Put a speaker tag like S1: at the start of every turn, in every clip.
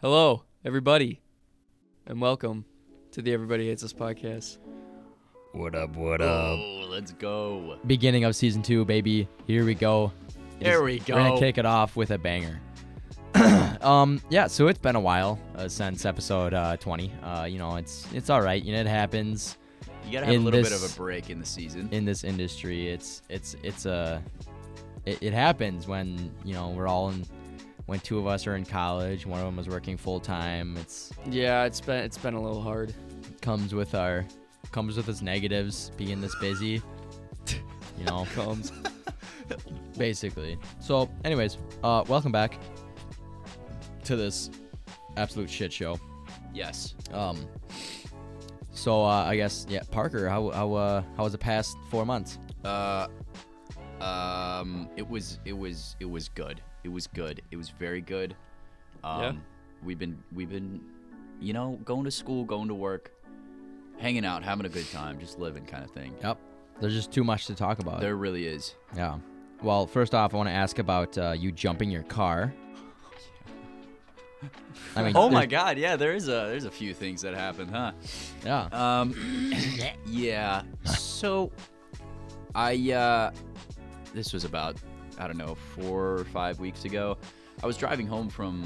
S1: Hello, everybody, and welcome to the Everybody Hates Us podcast.
S2: What up, what up?
S3: Oh, let's go.
S2: Beginning of season two, baby. Here we go. It
S3: Here
S2: is-
S3: we
S2: We're
S3: go.
S2: gonna kick it off with a banger. um, yeah, so it's been a while uh, since episode uh, 20. Uh, you know, it's it's all right. You know, it happens
S3: You gotta have
S2: In
S3: a little bit
S2: this-
S3: of a break in the season.
S2: in this industry. It's it's it's a it, it happens when you know we're all in when two of us are in college, one of them is working full time. It's
S1: Yeah, it's been it's been a little hard.
S2: comes with our comes with its negatives being this busy. You know,
S1: Comes.
S2: basically. So, anyways, uh, welcome back to this absolute shit show.
S3: yes.
S2: Um, so uh, I guess yeah, Parker, how how uh, how was the past four months?
S3: Uh, um, it was it was it was good. It was good. It was very good. Um,
S1: Yeah.
S3: We've been we've been, you know, going to school, going to work, hanging out, having a good time, just living kind of thing.
S2: Yep, there's just too much to talk about.
S3: There really is.
S2: yeah. Well, first off, I want to ask about uh, you jumping your car. I mean,
S3: Oh my
S2: there's-
S3: God! Yeah, there is a there's a few things that happened, huh?
S2: Yeah.
S3: Um, yeah. So, I uh, this was about I don't know four or five weeks ago. I was driving home from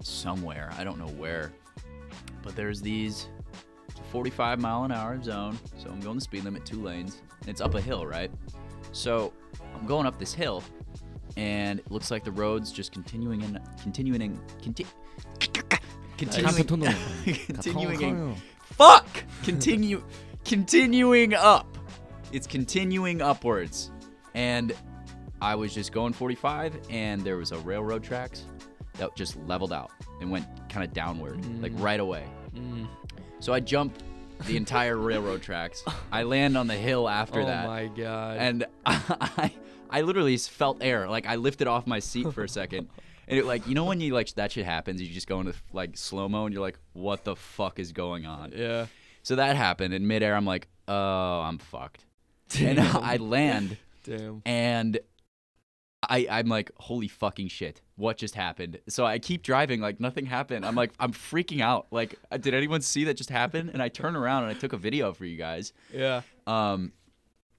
S3: somewhere I don't know where, but there's these 45 mile an hour zone. So I'm going the speed limit, two lanes, and it's up a hill, right? So I'm going up this hill, and it looks like the road's just continuing and continuing and conti- continuing, continuing and Fuck! Continue, continuing up. It's continuing upwards, and I was just going 45, and there was a railroad tracks that just leveled out and went kind of downward, like right away.
S1: Mm.
S3: So I jumped the entire railroad tracks. I land on the hill after
S1: Oh
S3: that,
S1: my god.
S3: and I, I literally felt air. Like I lifted off my seat for a second. And it like you know when you like that shit happens, you just go into like slow mo and you're like, what the fuck is going on?
S1: yeah.
S3: So that happened in midair. I'm like, oh, I'm fucked. And I land
S1: Damn.
S3: and I, I'm like, holy fucking shit. What just happened? So I keep driving like nothing happened. I'm like, I'm freaking out. Like, uh, did anyone see that just happen? And I turn around and I took a video for you guys.
S1: Yeah.
S3: Um,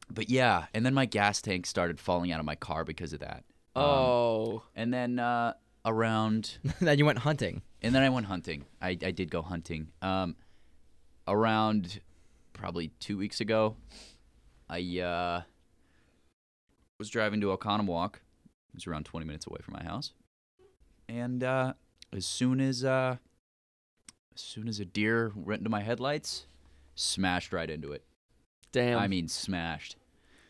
S3: but yeah, and then my gas tank started falling out of my car because of that. Um,
S1: Oh.
S3: And then uh, around
S2: then you went hunting.
S3: and then I went hunting. I, I did go hunting. Um, around probably two weeks ago, I uh, was driving to Oconomowoc. It was around 20 minutes away from my house. And uh, as soon as uh, as soon as a deer went into my headlights, smashed right into it.
S1: Damn.
S3: I mean, smashed.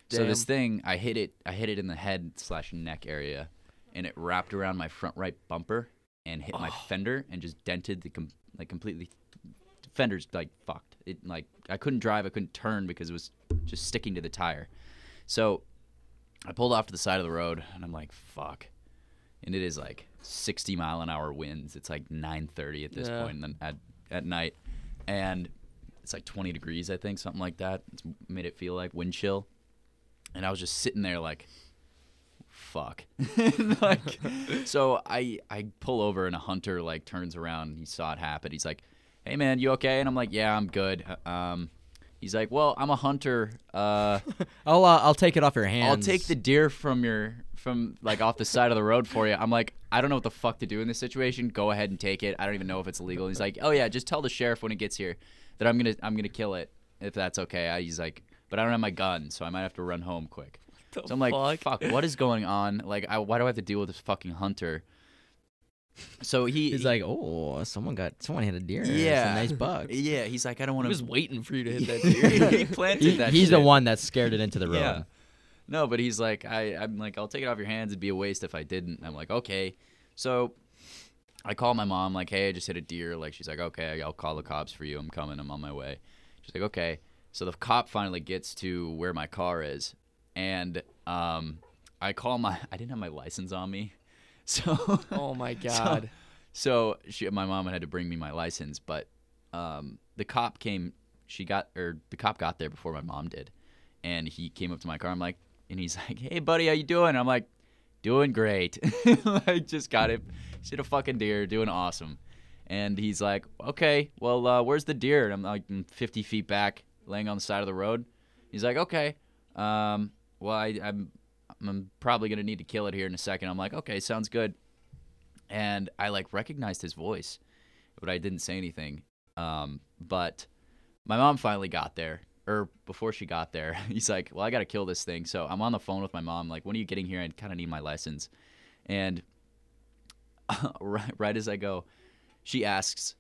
S3: So this
S1: Damn.
S3: thing, I hit it. I hit it in the head slash neck area, and it wrapped around my front right bumper and hit
S1: Oh.
S3: my fender and just dented the com- like completely. Fender's like fucked. It like I couldn't drive. I couldn't turn because it was just sticking to the tire. So I pulled off to the side of the road and I'm like, fuck. And it is like 60 mile an hour winds. It's like 9:30 at this
S1: Yeah.
S3: point and at at night, and it's like 20 degrees, I think, something like that. It's made it feel like wind chill. And I was just sitting there like, fuck. like, so I I pull over and a hunter like turns around. And he saw it happen. He's like, hey man, you okay? And I'm like, yeah, I'm good. Um, he's like, well, I'm a hunter. Uh.
S2: I'll uh, I'll take it off your hands.
S3: I'll take the deer from your from like off the side of the road for you. I'm like, I don't know what the fuck to do in this situation. Go ahead and take it. I don't even know if it's legal. he's like, Oh yeah, just tell the sheriff when it gets here that I'm gonna I'm gonna kill it if that's okay. I, he's like, but I don't have my gun, so I might have to run home quick. So I'm like, fuck, what is going on? Like, I, why do I have to deal with this fucking hunter? So he
S2: He's like, oh, someone got someone hit a deer. It's
S3: Yeah.
S2: a nice buck.
S3: yeah, he's like, I don't want
S1: I
S3: to.
S1: was waiting for you to hit that deer.
S3: he planted
S2: He-
S3: that.
S2: he's the
S3: shit.
S2: one that scared it into the road.
S3: Yeah. No, but he's like, I, I'm like, I'll take it off your hands. It'd be a waste if I didn't. I'm like, okay. So I call my mom, like, hey, I just hit a deer. Like, she's like, okay, I'll call the cops for you. I'm coming. I'm on my way. She's like, okay. So the cop finally gets to where my car is. And um, I call my, I didn't have my license on me. So
S1: oh my god.
S3: so she, my mom had to bring me my license, but um, the cop came. She got or the cop got there before my mom did, and he came up to my car. I'm like, and he's like, "Hey, buddy, how you doing?" I'm like, "Doing great." I just got it. Shit a fucking deer, doing awesome. And he's like, okay, well, uh, where's the deer? And I'm like "Mm, 50 feet back, laying on the side of the road. He's like, okay, um, well, I, I'm, I'm probably going to need to kill it here in a second. I'm like, okay, sounds good. And I like recognized his voice, but I didn't say anything. Um, but my mom finally got there, or before she got there, he's like, well, I got to kill this thing. So I'm on the phone with my mom, like, when are you getting here? I kind of need my lessons. And right, right as I go, she asks,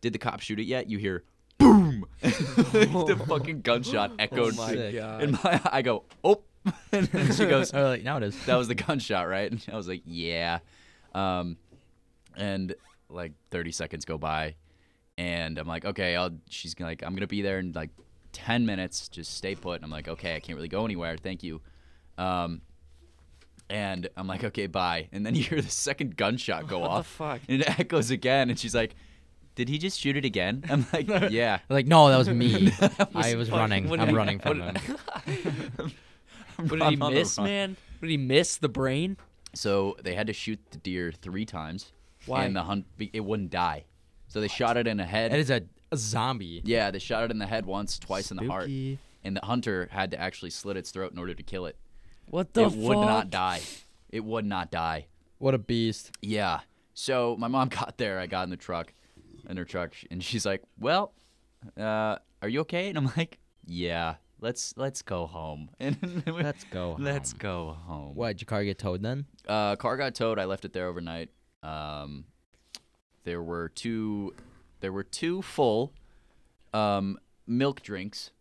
S3: "Did the cop shoot it yet?" You hear boom. the fucking gunshot echoed.
S1: Oh my
S2: Sick.
S1: god.
S3: and my, I go, "Oh," and then she goes,
S2: Oh, like, now it is.
S3: "That was the gunshot, right?" And I was like, "Yeah." Um, and like 30 seconds go by, and I'm like, "Okay, I'll." She's gonna, like, "I'm gonna be there in like 10 minutes. Just stay put." And I'm like, "Okay, I can't really go anywhere. Thank you." Um, and I'm like, "Okay, bye." And then you hear the second gunshot go
S1: What the
S3: off.
S1: fuck?
S3: And it echoes again, and she's like, "Did he just shoot it again?" I'm like, "Yeah."
S2: Like, no, that was me. I
S1: was
S2: was
S1: fucking-
S2: running.
S1: what
S2: I'm
S1: did-
S2: running from
S1: what
S2: him.
S1: did- What
S3: I'm
S1: did he
S3: on the
S1: miss,
S3: run.
S1: man? What did he miss? The brain?
S3: So they had to shoot the deer three times.
S1: Why?
S3: And the hunt, be- it wouldn't die. So they shot it in the head.
S2: That is a, a zombie.
S3: yeah, they shot it in the head once, twice in the heart,
S1: Spooky.
S3: and the hunter had to actually slit its throat in order to kill it.
S1: What the
S3: it
S1: fuck?
S3: would not die. It would not die.
S2: What a beast.
S3: Yeah. So my mom got there. I got in the truck, in her truck, sh- and she's like, "Well, uh, are you okay?" And I'm like, "Yeah, let's let's go home." And we-
S2: Let's go
S3: Let's
S2: home.
S3: go home.
S2: What, did your car get towed then?
S3: Uh, car got towed. I left it there overnight. Um, there were two, there were two full, um, milk drinks,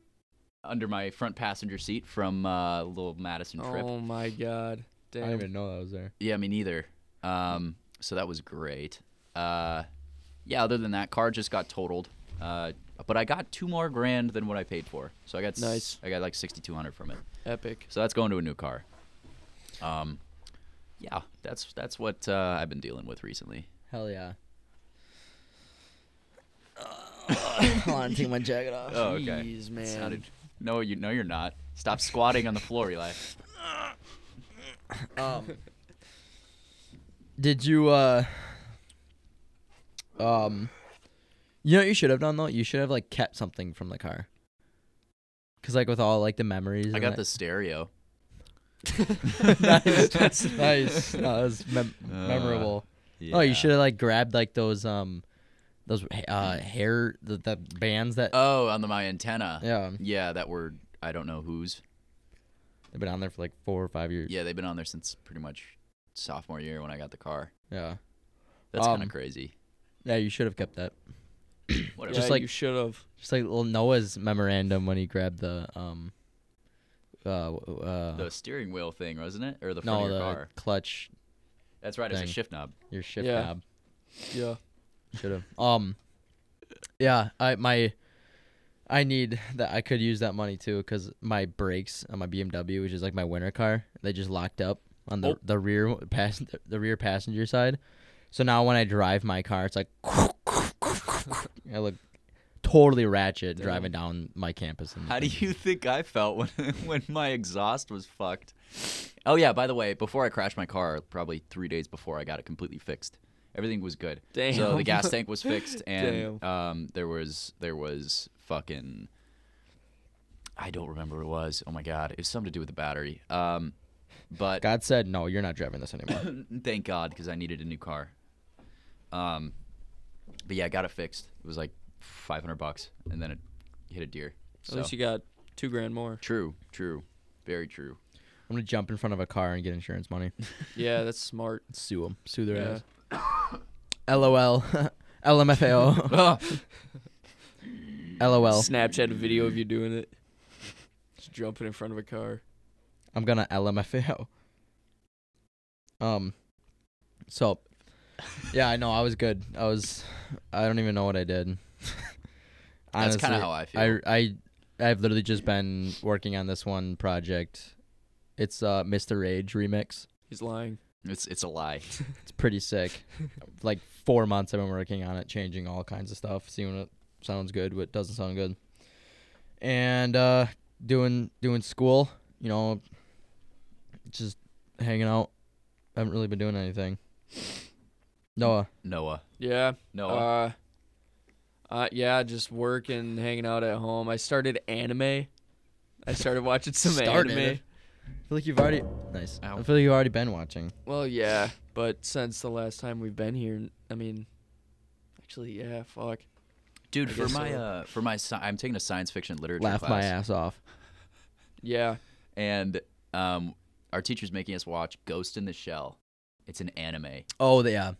S3: under my front passenger seat from uh, little Madison trip.
S1: Oh my god. Damn.
S2: know that was there.
S3: Yeah, me neither. Um, so that was great. Uh, yeah, other than that, car just got totaled. Uh, but I got two more grand than what I paid for. So I got s-
S1: Nice.
S3: I got like sixty two hundred from it.
S1: Epic.
S3: So that's going to a new car. Um, yeah, that's that's what uh, I've been dealing with recently.
S2: Hell yeah. I want to take my jacket off.
S3: Oh, okay.
S1: Jeez, man.
S3: Sounded- no, you no, you're not. Stop squatting on the floor, Eli.
S2: Um, did you uh um you know what you should have done though? You should have like kept something from the car. Cuz like with all like the memories
S3: I
S2: and
S3: got
S2: that-
S3: the stereo.
S2: nice. That's nice. No, that was mem-
S3: Uh,
S2: memorable. Oh, you should have like grabbed like those um those uh hair the, the bands that
S3: Oh, on the my antenna.
S2: yeah,
S3: Yeah, that were I don't know whose.
S2: they've been on there for like 4 or 5 years.
S3: Yeah, they've been on there since pretty much sophomore year when I got the car.
S2: Yeah.
S3: That's kind
S2: Um,
S3: of crazy.
S2: Yeah, you should have kept that.
S3: Whatever.
S1: Just
S2: Just
S1: like
S2: like-
S1: you should have.
S2: Just like little Noah's memorandum when he grabbed the um uh uh
S3: the steering wheel thing, wasn't it? Or the front
S2: no
S3: of
S2: the
S3: your car.
S2: clutch
S3: That's right, it's a
S2: thing.
S3: shift knob.
S2: your shift
S1: Yeah.
S2: knob
S1: Yeah.
S2: should have um yeah I my I need that I could use that money too because my brakes on my BMW which is like my winter car they just locked up on the
S1: Oh.
S2: the rear pass the rear passenger side so now when I drive my car it's like I look totally ratchet driving down my campus and
S3: How do you think I felt when when my exhaust was fucked? Oh yeah, by the way, before I crashed my car, probably three days before, I got it completely fixed. Everything was good. So the
S1: Damn.
S3: gas tank was fixed, and um, there was there was fucking. I don't remember what it was. Oh my god, it was something to do with the battery. Um, but
S2: God said no you're not driving this anymore
S3: thank God because I needed a new car. Um, but yeah, I got it fixed. It was like 500 bucks, and then it hit a deer.
S1: At
S3: So
S1: least you got two grand more.
S3: true, true, very true.
S2: I'm gonna jump in front of a car and get insurance money
S1: Yeah, that's smart.
S2: sue them sue their
S1: Yeah.
S2: ass LOL LMFAO LOL.
S1: Snapchat a video of you doing it. Just jumping in front of a car.
S2: I'm gonna LMFAO. Um. So, yeah, I know I was good. I was. I don't even know what I did.
S3: That's kind
S2: Honestly,
S3: of how I feel.
S2: I I I've literally just been working on this one project. It's uh Mr. Rage remix.
S1: He's lying.
S3: it's it's a lie.
S2: It's pretty sick. like four months I've been working on it, changing all kinds of stuff, seeing what sounds good, what doesn't sound good, and uh, doing doing school. You know, just hanging out. I haven't really been doing anything. Noah.
S3: Noah.
S1: Yeah.
S3: Noah.
S2: Uh,
S1: Uh, uh, yeah, just work and hanging out at home. I started anime. I started watching some
S2: Started?
S1: anime.
S2: I feel like you've already nice.
S3: Ow.
S2: I feel like you've already been watching.
S1: Well, yeah, but since the last time we've been here, I mean, actually, yeah, fuck.
S3: Dude,
S1: I
S3: for
S1: guess
S3: my
S1: so.
S3: uh, for my sci- I'm taking a science fiction literature
S2: Laugh
S3: class.
S2: my ass off.
S1: Yeah.
S3: and um, our teacher's making us watch Ghost in the Shell. It's an anime.
S2: Oh the- yeah.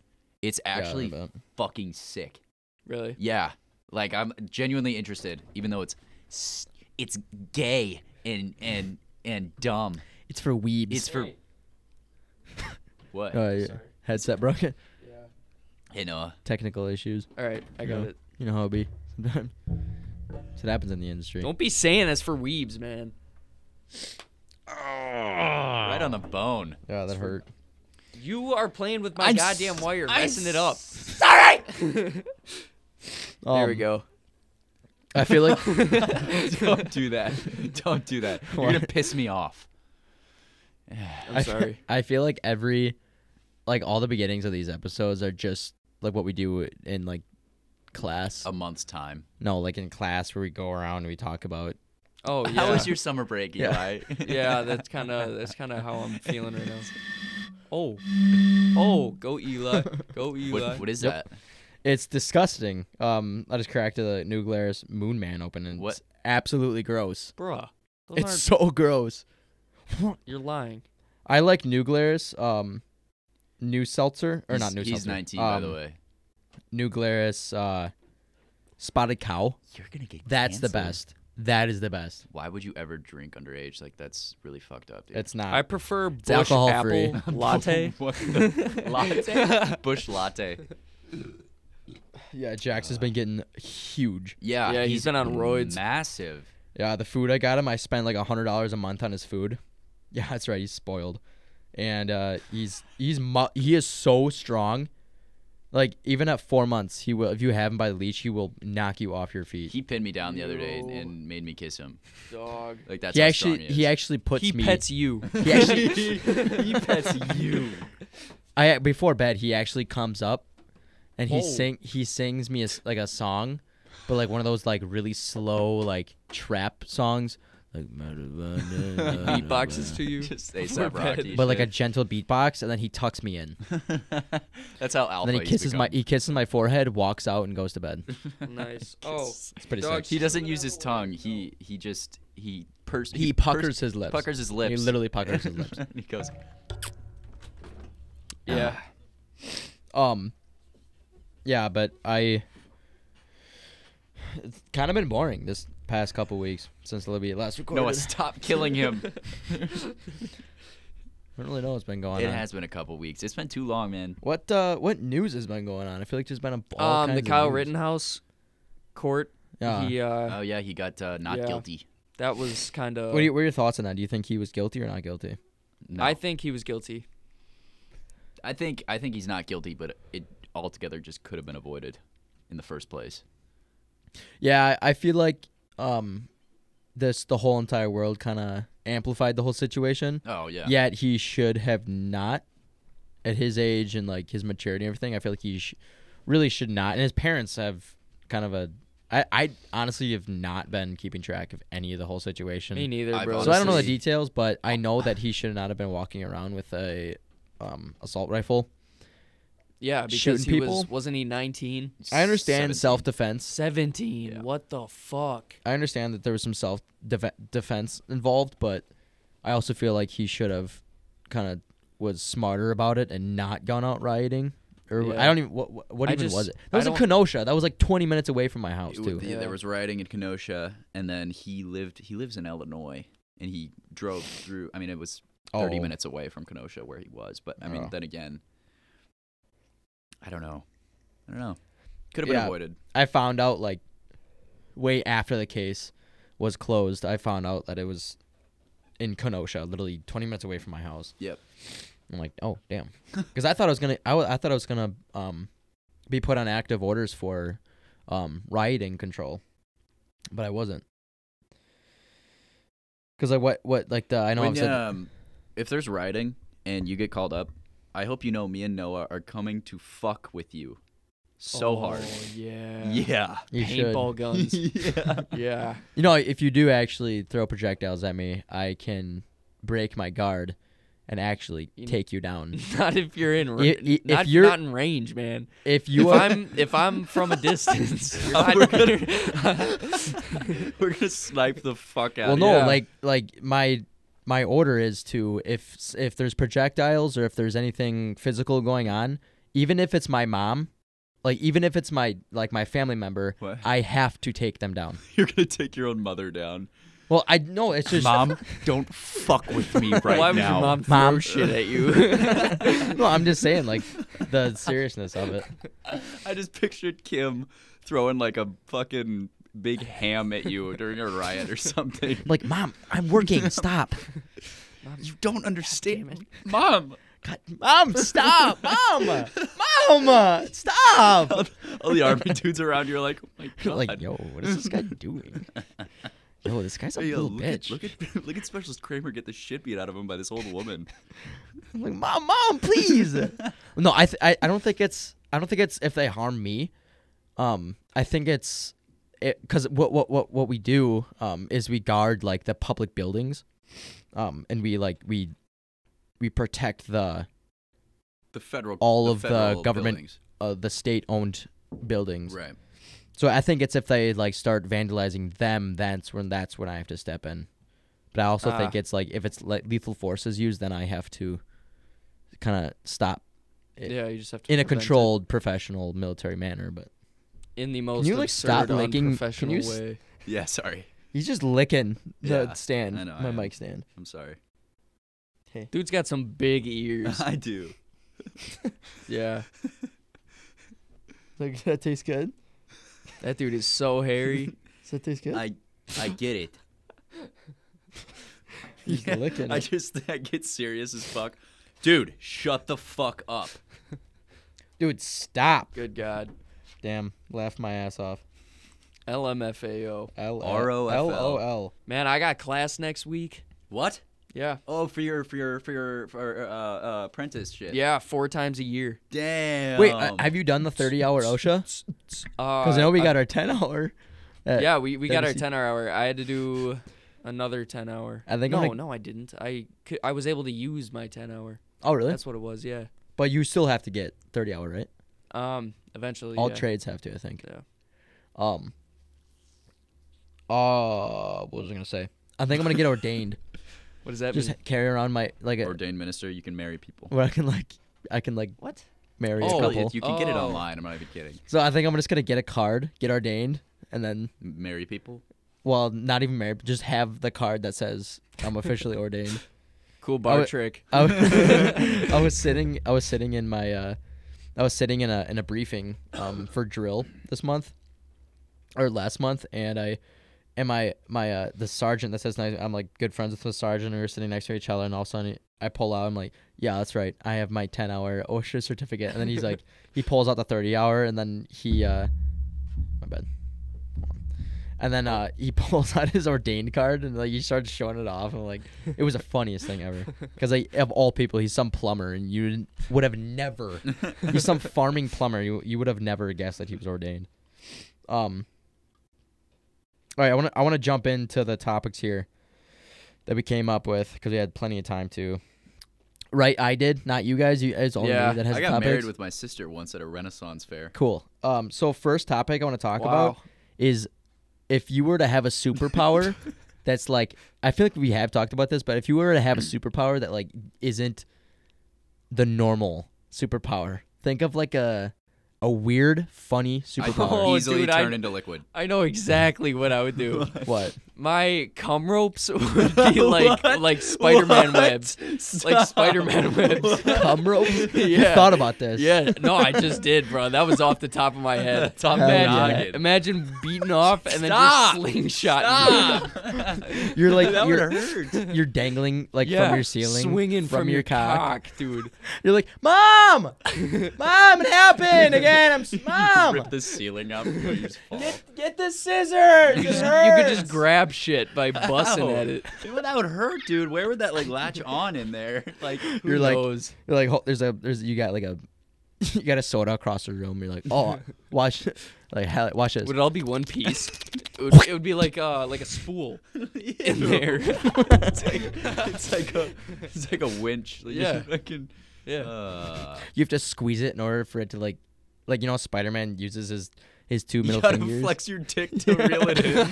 S3: It's actually
S2: yeah, I bet.
S3: fucking sick.
S1: Really?
S3: Yeah, like I'm genuinely interested, even though it's s- it's gay and and and dumb.
S2: it's for weebs.
S3: It's for what?
S2: Oh, yeah. headset broken.
S3: Hey Noah.
S2: Technical issues.
S1: All right, I got
S2: Yeah.
S1: it.
S2: You know how it be sometimes. It happens in the industry.
S1: Don't be saying that's for weebs, man.
S3: Right on the bone.
S2: Yeah, that hurt.
S1: You are playing with my
S3: I'm
S1: goddamn
S3: s-
S1: wire,
S3: I'm
S1: messing it up.
S3: Sorry.
S1: there we
S2: Um,
S1: go.
S2: I feel like
S3: Don't do that. Don't do that. You're gonna
S2: What?
S3: piss me off.
S1: I'm sorry.
S2: I feel like every, like all the beginnings of these episodes are just like what we do in like class.
S3: A month's time.
S2: no, like in class where we go around and we talk about.
S1: Oh yeah.
S3: How was your summer break,
S2: Yeah.
S3: Eli?
S1: yeah, that's kind of that's kind of how I'm feeling right now. Oh, oh, go Eli, go Eli.
S3: What, what is
S2: Yep.
S3: that?
S2: It's disgusting. Um, I just cracked the New Glarus Moon Man open and
S3: What?
S2: it's absolutely gross.
S1: Bruh, those
S2: It's
S1: aren't-
S2: so gross.
S1: you're lying.
S2: I like New Glarus. Um, New Seltzer or not
S3: He's-
S2: New
S3: He's
S2: Seltzer.
S3: 19, by the
S2: um,
S3: way.
S2: New Glarus. Uh, Spotted Cow.
S3: You're gonna get.
S2: That's the best. That is the best.
S3: Why would you ever drink underage? Like that's really fucked up, dude.
S2: Uh, It's not.
S1: I prefer Bush
S2: alcohol-free.
S1: apple latte.
S3: What the- latte. Bush latte.
S2: yeah, Jax has been getting huge.
S3: Yeah.
S1: Yeah, he's been on roids.
S3: Massive.
S2: Yeah, the food I got him, I spent like hundred dollars a month on his food. Yeah, that's right. He's spoiled, and uh, he's he's mu- he is so strong. Like even at four months, he will. If you have him by the leash, he will knock you off your feet. He,
S3: He pinned me down the other day and,
S1: Yo.
S3: and made me kiss him.
S1: Dog.
S3: Like that's how strong
S2: actually
S3: he is.
S2: he actually puts
S1: He
S2: me.
S1: pets you.
S2: he actually,
S3: he pets you.
S2: I before bed he actually comes up, and he
S1: Oh.
S2: sing he sings me a s like a song, but like one of those like really slow like trap songs. Like
S1: Beatboxes to you.
S3: Just say stop
S1: bed.
S3: Rocky.
S2: but like a gentle beatbox, and then he tucks me in.
S3: that's how alpha.
S2: And then he
S3: he's
S2: kisses my
S3: become.
S2: he kisses my forehead, walks out, and goes to bed.
S1: Nice. Oh,
S2: It's pretty
S1: Dog
S2: sick.
S3: He doesn't use his tongue. He he just he pers-
S2: He
S3: pers-
S2: puckers his lips.
S3: Puckers his lips.
S2: He literally puckers his lips.
S3: and he goes.
S1: yeah.
S2: Um, yeah, but I it's kind of been boring this past couple weeks since Olivia last recorded.
S3: Noah, stop killing him.
S2: I don't really know what's been going
S3: It
S2: on.
S3: has been a couple weeks. It's been too long, man.
S2: What uh, what news has been going on? I feel like there's been a all
S1: Um, the
S2: kinds of
S1: Kyle
S2: news.
S1: Rittenhouse court.
S2: Yeah.
S1: He, uh,
S3: Oh yeah, he got uh, not
S1: Yeah.
S3: guilty.
S1: that was kind of.
S2: What are, you, what are your thoughts on that? Do you think he was guilty or not guilty?
S3: No.
S1: I think he was guilty.
S3: I think I think he's not guilty, but it altogether just could have been avoided in the first place.
S2: Yeah, I I feel like um, this the whole entire world kind of amplified the whole situation.
S3: Oh yeah.
S2: yet he should have not at his age and like his maturity and everything i feel like he sh- really should not and his parents have kind of a I, I honestly have not been keeping track of any of the whole situation
S1: Me neither,
S3: I've
S1: bro.
S2: so i don't know the
S3: honestly.
S2: details but i know that he should not have been walking around with a um, assault rifle
S1: Yeah, because
S2: shooting
S1: he was
S2: people.
S1: wasn't he 19?
S2: i understand
S3: 17.
S2: self-defense
S1: 17.
S3: Yeah.
S1: What the fuck?
S2: i understand that there was some self-defense involved but i also feel like he should have kind of was smarter about it and not gone out rioting or
S1: Yeah.
S2: I don't even what what, what
S1: I
S2: even
S1: just-
S2: was it?
S1: I
S2: That was in
S1: don't-
S2: Kenosha. That was like 20 minutes away from my house
S3: It was-
S2: too.
S3: yeah,
S1: Yeah.
S3: There was rioting in Kenosha, and then he lived. He lives in Illinois, and he drove through. I mean, it was thirty
S2: Oh.
S3: minutes away from Kenosha where he was. But I mean,
S2: Oh.
S3: then again, I don't know. I don't know. Could have been
S2: Yeah.
S3: avoided.
S2: I found out like way after the case was closed. I found out that it was in Kenosha, literally 20 minutes away from my house.
S3: Yep.
S2: I'm like, "Oh, damn." Cuz I thought I was going to I wa- I thought I was going to um be put on active orders for um rioting control. But I wasn't. Cuz I what what like the I know
S3: When,
S2: I've said
S3: um, if there's rioting and you get called up, I hope you know me and Noah are coming to fuck with you so
S1: Oh,
S3: hard.
S1: Yeah.
S3: Yeah.
S2: You should.
S1: Paintball guns.
S3: yeah.
S1: yeah.
S2: You know, if you do actually throw projectiles at me, I can break my guard and actually
S1: You-
S2: take you down.
S1: Not if you're in. Ra-
S2: I- i- if
S1: not,
S2: you're-
S1: not in range, man.
S2: If
S1: if
S2: you are,
S1: I'm if I'm from a distance, you're
S3: Oh,
S1: not
S3: we're
S1: gonna-
S3: We're gonna snipe the fuck out.
S2: well,
S3: of
S2: no,
S1: yeah.
S2: like like my my order is to if s- if there's projectiles or if there's anything physical going on, even if it's my mom, like even if it's my like my family member,
S3: What?
S2: I have to take them down.
S3: You're gonna take your own mother down.
S2: Well, I no, it's just
S3: Mom, don't fuck with me right
S1: Why would
S3: now.
S1: your mom throw
S2: Mom.
S1: shit at you?
S2: no, I'm just saying like the seriousness of it.
S3: I just pictured Kim throwing like a fucking big ham at you during a riot or something.
S2: Like, mom, I'm working. Stop.
S3: You don't understand, mom.
S2: God, mom, stop, mom, mom, stop.
S3: All the army dudes around you are like, oh my god.
S2: like, yo, what is this guy doing? Yo, this guy's a
S3: Hey, yo,
S2: little
S3: look
S2: bitch.
S3: At, look at look at Specialist Kramer get the shit beat out of him by this old woman.
S2: I'm like, mom, mom, please. no, I, th- I, I don't think it's, I don't think it's if they harm me. Um, I think it's, because what, what, what, what we do, um, is we guard like the public buildings, um, and we like we, we protect the
S3: The federal
S2: All
S3: the
S2: of the
S3: federal
S2: government-
S3: buildings.
S2: uh, the state-owned buildings.
S3: right?
S2: So I think it's if they like start vandalizing them, that's when that's when I have to step in. But I also think
S1: Ah.
S2: it's like if it's like lethal force is used, then I have to kind of stop it-
S1: yeah, you just have to
S2: in a
S1: prevent it
S2: controlled, professional, military manner. But
S1: in the most
S2: you, like, stop
S1: absurd,
S2: licking- can
S1: unprofessional
S2: you s-
S1: way.
S3: Yeah, sorry,
S2: he's just licking the
S3: Yeah,
S2: stand,
S3: I know, I
S2: my
S3: am.
S2: mic stand.
S3: I'm sorry.
S1: Dude's got some big ears.
S3: I do.
S1: yeah,
S2: Like that tastes good.
S1: that dude is so hairy.
S2: Does that taste good?
S3: I I get it.
S2: He's licking
S3: I
S2: it.
S3: just I get serious as fuck. Dude, shut the fuck up.
S2: Dude, stop!
S1: Good God.
S2: Damn, laugh my ass off.
S1: LMFAO.
S2: L
S3: R O F L.
S2: L O L.
S1: Man, I got class next week.
S3: What?
S1: Yeah.
S3: Oh, for your for your for your for uh, uh, apprentice shit.
S1: Yeah, four times a year.
S3: Damn.
S2: Wait, uh, have you done the thirty-hour OSHA? Because
S1: Because
S2: I know we
S3: Uh,
S2: got our ten-hour.
S1: Yeah, we, we got our
S2: WC.
S1: 10 hour. I had to do another 10 hour.
S2: I think I'm
S1: No,
S2: gonna-
S1: no, I didn't. I, cou- I was able to use my 10 hour.
S2: Oh, really?
S1: That's what it was, yeah.
S2: But you still have to get 30 hour, right?
S1: Um, eventually.
S2: All
S1: yeah.
S2: trades have to, I think.
S1: Yeah.
S2: Um. Uh, what was I gonna say? I think I'm gonna get ordained.
S1: What does that
S2: Just
S1: mean?
S2: carry around my like a,
S3: ordained minister? You can marry people.
S2: where I can like I can like
S1: What?
S2: Oh, marry
S1: Oh,
S2: a
S3: Really,
S2: couple.
S3: You can get it
S1: Oh.
S3: online. I'm not even kidding.
S2: so I think I'm just gonna get a card, get ordained, and then
S3: Marry people.
S2: well, not even married, but just have the card that says I'm officially ordained.
S1: Cool bar
S2: would-
S1: trick.
S2: I was, I was sitting I was sitting in my uh I was sitting in a in a briefing um for drill this month or last month and I and my my uh the sergeant that says nice I'm like good friends with the sergeant we were sitting next to each other and all of a sudden I pull out I'm like yeah that's right I have my 10 hour OSHA certificate and then he's like he pulls out the 30 hour and then he uh my bad and then uh, he pulls out his ordained card and like he starts showing it off and like it was the funniest thing ever because like of all people he's some plumber and you didn't- would have never he's some farming plumber you you would have never guessed that he was ordained. Um. All right, I want to I want to jump into the topics here that we came up with because we had plenty of time to. Right, I did, not you guys. You it's only
S1: Yeah,
S2: me Oh, that has
S3: I
S2: the
S3: got
S2: topics.
S3: married with my sister once at a Renaissance fair.
S2: Cool. Um, so first topic I want to talk about
S1: Wow.
S2: is if you were to have a superpower that's like I feel like we have talked about this, but if you were to have a superpower that like isn't the normal superpower, think of like a a weird, funny
S3: I
S2: superpower.
S3: could
S1: Oh,
S3: easily
S1: dude, I-
S3: turn into liquid.
S1: I know exactly what I would do.
S2: What?
S1: My cum ropes would be like
S3: What?
S1: like Spider-Man
S3: What?
S1: webs. Like Spider-Man webs.
S2: Cum rope? You
S1: Yeah.
S2: thought about this?
S1: Yeah, no, I just did, bro. That was off the top of my head.
S3: Top
S2: of
S1: imagine,
S2: your
S3: noggin.
S1: imagine beating off and then
S3: Stop.
S1: just slingshotting.
S2: You're like
S3: that would
S2: you're
S3: hurt.
S2: you're dangling like from your ceiling,
S1: swinging
S2: from, your, cock.
S1: dude.
S2: You're like, mom, mom, it happened again. I'm s-
S3: You
S2: mom.
S3: Rip the ceiling up. before you just fall.
S2: Get, get
S1: the scissors.
S2: You
S1: It
S2: just-
S1: hurts." you could just
S2: hurts."
S1: grab shit by busting
S3: Ow.
S1: at it.
S3: Well, that would hurt, dude. Where would that like latch on in there? Like,
S1: Who
S2: You're like-
S1: knows?
S2: You're like, "Ho- there's a, there's, you got like a, you got a soda across the room. You're like, oh, watch, like, hell, watch this.
S1: would it all be one piece? it, would, it would be like uh like a spool in there.
S3: it's, like, it's like a, it's like a winch. Like,
S1: Yeah.
S3: Fucking,
S1: yeah.
S3: uh,
S2: You have to squeeze it in order for it to like, like you know, Spider Man uses his his two
S3: you
S2: middle
S3: gotta
S2: fingers.
S3: flex your dick to reel it in.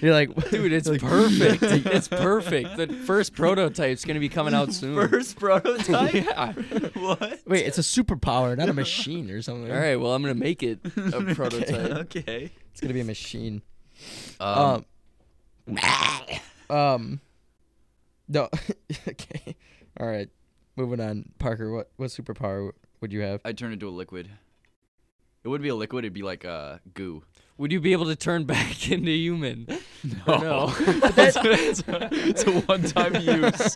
S2: You're like,
S1: Dude, it's
S2: like-
S1: perfect. it's perfect. The first prototype's gonna be coming out soon.
S3: First prototype.
S1: yeah.
S3: What?
S2: Wait, it's a superpower, not a machine or something.
S1: All right. Well, I'm gonna make it a prototype.
S3: Okay.
S2: it's gonna be a machine.
S3: Um,
S2: Um, um, no, okay, all right. Moving on, Parker. What what superpower would you have?
S3: I'd turn into a liquid. It would be a liquid. It'd be like uh, goo.
S1: Would you be able to turn back into human?
S3: No.
S1: No.
S3: it's, a, it's a one-time use.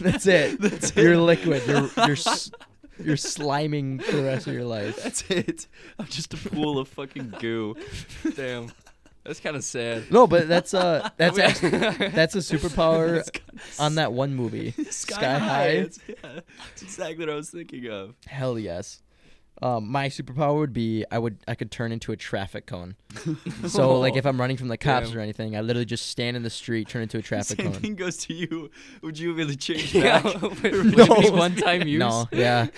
S2: That's it.
S3: That's
S2: you're
S3: it.
S2: liquid. You're you're s- you're sliming for the rest of your life.
S3: That's it. I'm just a pool of fucking goo.
S1: Damn. That's kind of sad.
S2: No, but that's uh that's
S1: We-
S2: actually, that's a superpower on that one movie.
S3: Sky,
S2: Sky
S3: high.
S2: High.
S3: It's, yeah, it's exactly what I was thinking of.
S2: Hell yes. Um, my superpower would be I would I could turn into a traffic cone. So like if I'm running from the cops
S1: Damn.
S2: or anything, I literally just stand in the street, turn into a traffic
S3: Same
S2: cone.
S3: thing goes to you. Would you really change
S1: yeah,
S3: back?
S1: would no. be one time use.
S2: No, yeah,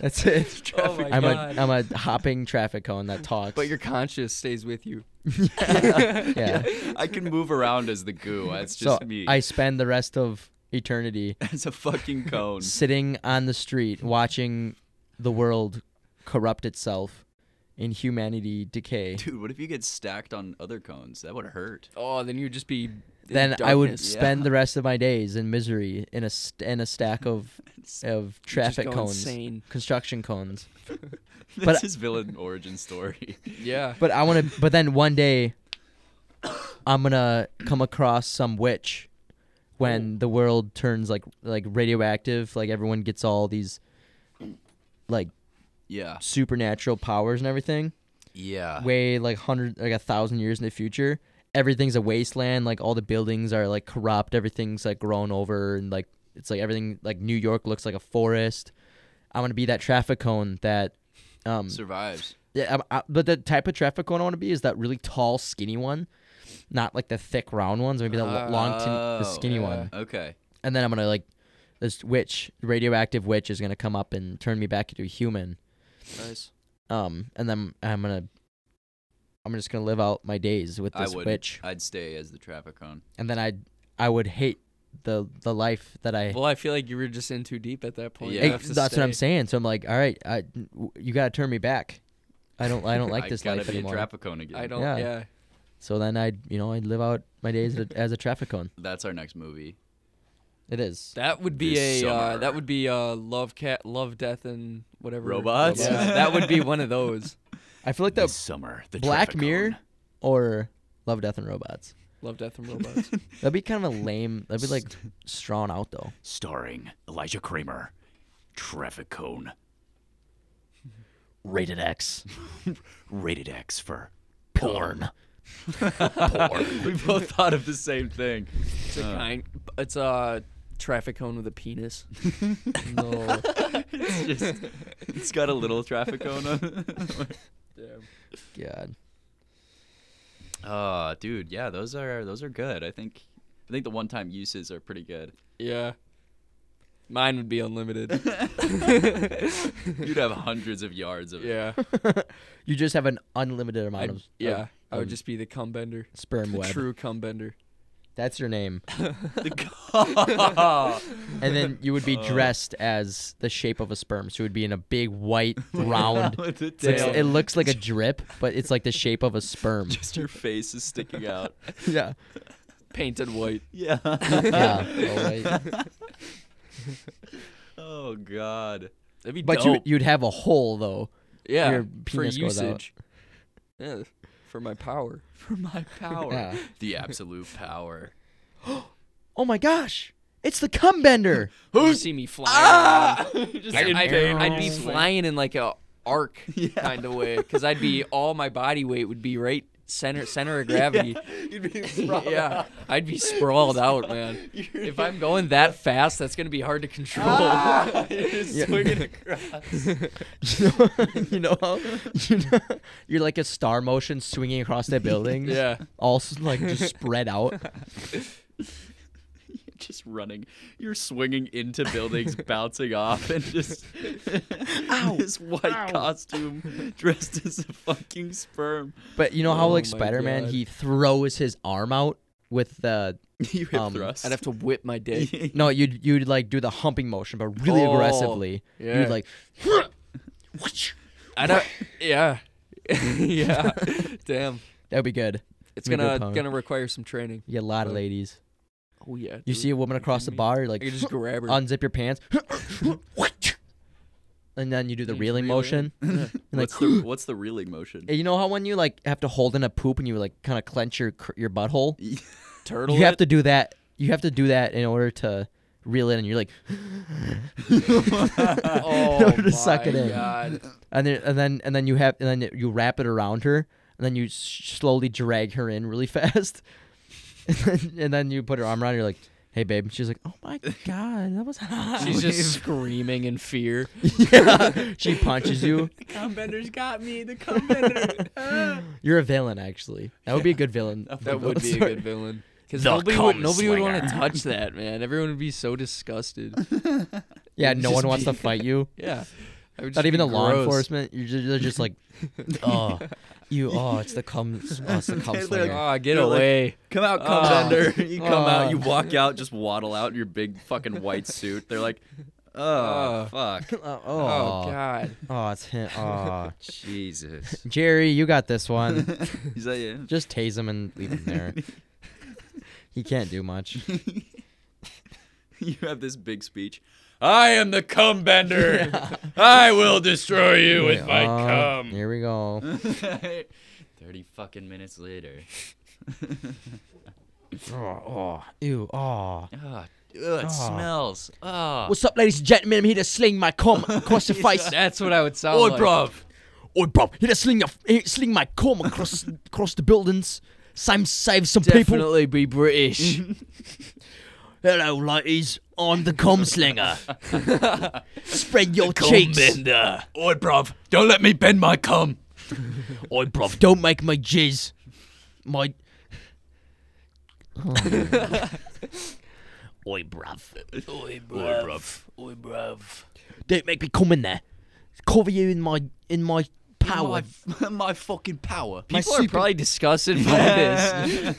S2: that's it.
S1: Oh my
S2: I'm
S1: god.
S2: a I'm a hopping traffic cone that talks.
S1: but your conscious stays with you.
S2: yeah.
S3: I can move around as the goo. That's
S2: So
S3: just me.
S2: I spend the rest of eternity
S3: as a fucking cone.
S2: sitting on the street watching the world corrupt itself and humanity decay.
S3: Dude, what if you get stacked on other cones? That would hurt.
S1: Oh, then you'd just be. in
S2: Then I would
S1: darkness.
S2: spend
S3: yeah.
S2: the rest of my days in misery in a st- in a stack of of traffic
S1: go
S2: cones,
S1: insane.
S2: construction cones.
S3: That's
S2: But-
S3: his villain origin story.
S1: Yeah.
S2: But I want to. but then one day, I'm gonna come across some witch,
S3: Oh.
S2: when the world turns like like radioactive, like everyone gets all these, like
S3: Yeah.
S2: supernatural powers and everything.
S3: Yeah.
S2: Way like hundred like a thousand years in the future, everything's a wasteland. Like all the buildings are like corrupt. Everything's like grown over and like it's like everything like New York looks like a forest. I want to be that traffic cone that. Um,
S3: Survives.
S2: yeah, I, I, but the type of traffic cone I want to be is that really tall, skinny one, not like the thick, round ones. Maybe the lo- long, tin the
S3: Oh,
S2: skinny one.
S3: Okay.
S2: And then I'm gonna like this witch, radioactive witch, is gonna come up and turn me back into a human.
S1: Nice.
S2: Um, and then I'm gonna, I'm just gonna live out my days with
S3: I
S2: this
S3: would.
S2: witch.
S3: I'd stay as the traffic cone.
S2: And then I, would I would hate the the life that I.
S1: Well, I feel like you were just in too deep at that point.
S3: Yeah.
S1: You
S2: Hey,
S1: have to
S2: that's what I'm
S1: stay.
S2: saying. So I'm like, all right, I, you gotta turn me back. I don't, I don't like this
S3: gotta
S2: life
S3: be
S2: anymore.
S3: a traffic cone again.
S1: I don't.
S2: Yeah.
S1: Yeah.
S2: So then I'd, you know, I'd live out my days as a, as a traffic cone.
S3: That's our next movie.
S2: It is.
S1: That would be
S3: This
S1: a. Uh,
S3: summer.
S1: that would be uh, love cat, love death, and whatever.
S3: Robots?
S1: Yeah, that would be one of those.
S2: I feel like the
S3: summer. The
S2: Black Mirror or Love, Death, and Robots.
S1: Love death and robots.
S2: That'd be kind of a lame. That'd be like strawn out though.
S3: starring Elijah Kramer, traffic cone. Rated X. Rated X for porn. porn. We both thought of the same thing.
S1: It's a
S2: Uh.
S1: kind. It's a traffic cone with a penis.
S2: No.
S3: It's just, it's got a little traffic cone on it.
S2: God.
S3: Oh, dude, yeah, those are those are good. I think I think the one-time uses are pretty good.
S1: Yeah. Mine would be unlimited.
S3: You'd have hundreds of yards of
S1: yeah.
S2: You just have an unlimited amount
S1: I'd,
S2: of
S1: yeah.
S2: of
S1: I would
S2: uh, um,
S1: just be the cum bender.
S2: sperm
S1: The
S2: web.
S1: true cum bender.
S2: That's your name.
S3: the god.
S2: And then you would be
S1: Uh.
S2: dressed as the shape of a sperm. So it would be in a big white round.
S3: With the
S2: looks-
S3: tail.
S2: it looks like a drip, but it's like the shape of a sperm.
S3: Just your face is sticking out.
S2: Yeah.
S1: Painted white.
S3: Yeah.
S2: Yeah. Oh, wait.
S3: oh god.
S1: That'd be
S2: But you,
S1: dope.
S2: you'd have a hole though.
S1: yeah.
S2: your
S1: for
S2: penis goes out.
S1: usage. Yeah. For my power.
S3: For my power.
S2: Yeah.
S3: The absolute power.
S2: Oh my gosh. It's the cum bender.
S1: Who's see me flying? around.
S3: Just
S1: I'd,
S3: air
S1: I'd be
S3: swing.
S1: flying in like a arc kind of way because I'd be all my body weight would be right center center of gravity.
S3: You'd be
S1: yeah. I'd be sprawled out, man. If I'm going that fast, that's gonna be hard to control. Ah!
S2: Yeah. swinging
S3: across.
S2: you know, you know, how- you know, you're like a star motion swinging across that building.
S1: yeah.
S2: all s- like just spread out.
S3: just running. You're swinging into buildings, bouncing off, and just this white costume dressed as a fucking sperm.
S2: But you know how like
S1: Oh my
S2: Spider Man,
S1: God.
S2: he throws his arm out with the
S3: You hip
S2: Um,
S3: thrust.
S1: I'd have to whip my dick.
S2: no, you'd you'd like do the humping motion, but really
S1: Oh,
S2: aggressively.
S1: yeah.
S2: You'd like,
S1: I don't. Yeah. yeah. Damn.
S2: that'd be good.
S1: It's
S2: Maybe a
S1: gonna
S2: power-
S1: gonna require some training.
S2: You get a lot of
S1: Oh.
S2: ladies.
S1: Oh yeah.
S2: You see a woman across the
S1: kidding me?
S2: bar, you're like,
S1: You just grab her.
S2: unzip your pants, and then you do the
S1: You just
S2: reeling
S1: reel it in.
S2: motion. You're like,
S3: what's the what's the reeling motion?
S2: Hey, You know how when you like have to hold in a poop and you like kind of clench your cr- your butthole?
S1: Turtle.
S2: You have
S1: it?
S2: to do that. You have to do that in order to reel in, and you're like,
S1: Oh
S2: in order to suck
S1: my
S2: it in.
S1: God.
S2: and then and then and then you have and then you wrap it around her, and then you s- slowly drag her in really fast, and then, and then you put her arm around. her, You're like, hey babe, she's like, oh my god, that was hot.
S1: She's just screaming in fear.
S2: yeah. She punches you.
S3: The combender's got me. The cumbender.
S2: You're a villain, actually. That would be a good villain.
S1: That would be a good villain. Because
S2: The
S1: nobody would
S2: cum
S1: nobody would want to
S2: slinger.
S1: touch that, man. Everyone would be so disgusted.
S2: Yeah, no
S1: Just
S2: one wants
S1: be-
S2: to fight you.
S1: Yeah. I would just
S2: Not even
S1: be
S2: the law
S1: gross.
S2: enforcement. You're just, they're just like, oh, you. Oh, it's the cum. Oh, it's the cum
S3: They're
S2: slinger.
S1: Ah, get
S3: They're like-
S1: away.
S3: Come out,
S1: Oh.
S3: cumbender. you come out.
S2: Oh.
S3: You walk out. Just waddle out in your big fucking white suit. They're like, oh, fuck,
S2: oh,
S1: oh,
S2: oh,
S1: God.
S2: oh, it's him. Oh,
S3: Jesus.
S2: Jerry, you got this one.
S3: Is that you?
S2: Just tase him and leave him there. He can't do much.
S3: you have this big speech. I am the cum bender. I will destroy you with my
S2: Oh,
S3: cum.
S2: Here we go.
S3: Thirty fucking minutes later.
S2: Oh, oh, ew, oh.
S3: Ah, ugh, it smells. Ah.
S2: What's up, ladies and gentlemen? I'm here to sling my cum across your face.
S1: That's what I would sound
S3: Oi,
S1: like.
S3: bruv.
S2: Oi, bro, here to sling your, here to sling my cum across across the buildings. Sam save some people.
S1: Definitely be British.
S2: Hello, ladies. I'm the cum slinger. Spread your cheeks.
S3: Oi, bruv. Don't let me bend my cum.
S2: Oi, bro, don't make my jizz. My. Oi, bruv.
S1: Oi, bruv. Oi, bruv.
S2: Don't make me come in there. Cover you in my in my power.
S3: My, my fucking power.
S1: People are
S2: super-
S1: probably disgusted by this.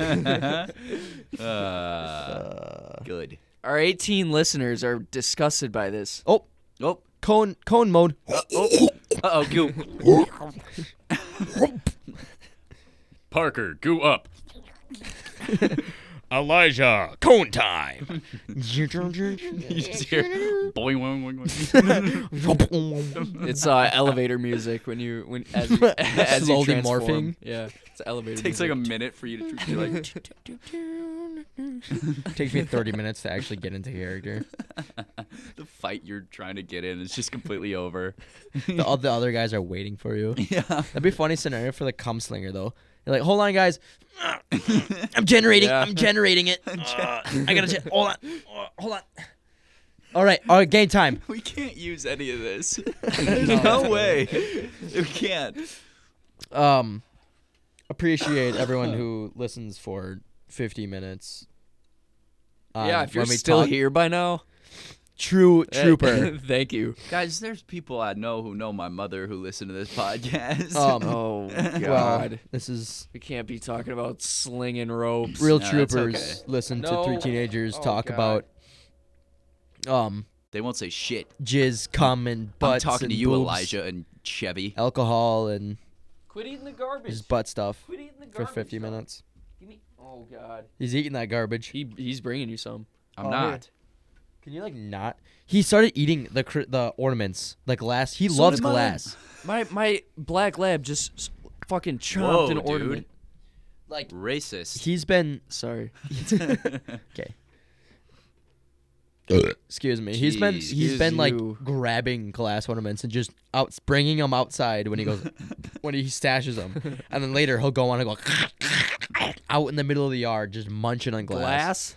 S3: Uh, good.
S1: Our 18 listeners are disgusted by this.
S2: oh,
S3: Oh,
S2: cone cone mode.
S3: uh-oh, goo.
S4: Parker, goo up. Elijah, cone time.
S3: You just hear boing, boing, boing, boing.
S1: It's uh, elevator music when you when as, you- as you
S2: Slowly
S1: transform.
S2: morphing.
S1: Yeah, it's elevator.
S3: takes like a minute for you to be like,
S2: Takes me 30 minutes to actually get into character.
S3: the fight you're trying to get in is just completely over.
S2: The, all the other guys are waiting for you.
S3: Yeah.
S2: That'd be a funny scenario for the cum slinger though. You're like, hold on, guys. I'm generating.
S1: Yeah.
S2: I'm generating it. Uh, I gotta. Gen- hold on. Uh, hold on. All right. All right. Game time.
S3: We can't use any of this. There's no, way. We can't.
S2: Um, appreciate everyone who listens for 50 minutes. Um,
S1: yeah, if you're
S2: when we
S1: still
S2: talk-
S1: here by now,
S2: true
S1: eh,
S2: trooper.
S1: thank you.
S3: Guys, there's people I know who know my mother who listen to this podcast.
S2: Um,
S1: Oh God,
S2: well, this is
S1: we can't be talking about slinging ropes.
S3: No,
S2: real
S3: that's
S2: troopers.
S3: okay.
S2: Listen to
S1: No.
S2: three teenagers
S1: Oh,
S2: talk
S1: God.
S2: about um
S3: they won't say shit.
S2: jizz, cum, and butts.
S3: I'm talking
S2: and
S3: to you,
S2: boobs,
S3: Elijah and Chevy.
S2: Alcohol and
S1: Quit eating the garbage.
S2: just butt stuff.
S1: Quit eating the
S2: for
S1: garbage
S2: 50
S1: though.
S2: minutes.
S1: Give me- Oh God,
S2: He's eating that garbage.
S1: he he's bringing you some.
S3: I'm
S2: Oh,
S3: not.
S2: Can you like not? He started eating the cr- the ornaments, the glass. He
S3: So
S2: loves
S3: did mine.
S2: glass.
S1: My my black lab just s- fucking chomped
S3: Whoa,
S1: an
S3: dude.
S1: ornament.
S2: Like
S3: Racist.
S2: he's been
S1: Sorry.
S2: okay. Excuse me. He's been
S3: Jeez.
S2: he's been like
S1: You.
S2: grabbing class ornaments and just out bringing them outside when he goes when he stashes them, and then later he'll go on and go out in the middle of the yard just munching on
S1: Glass?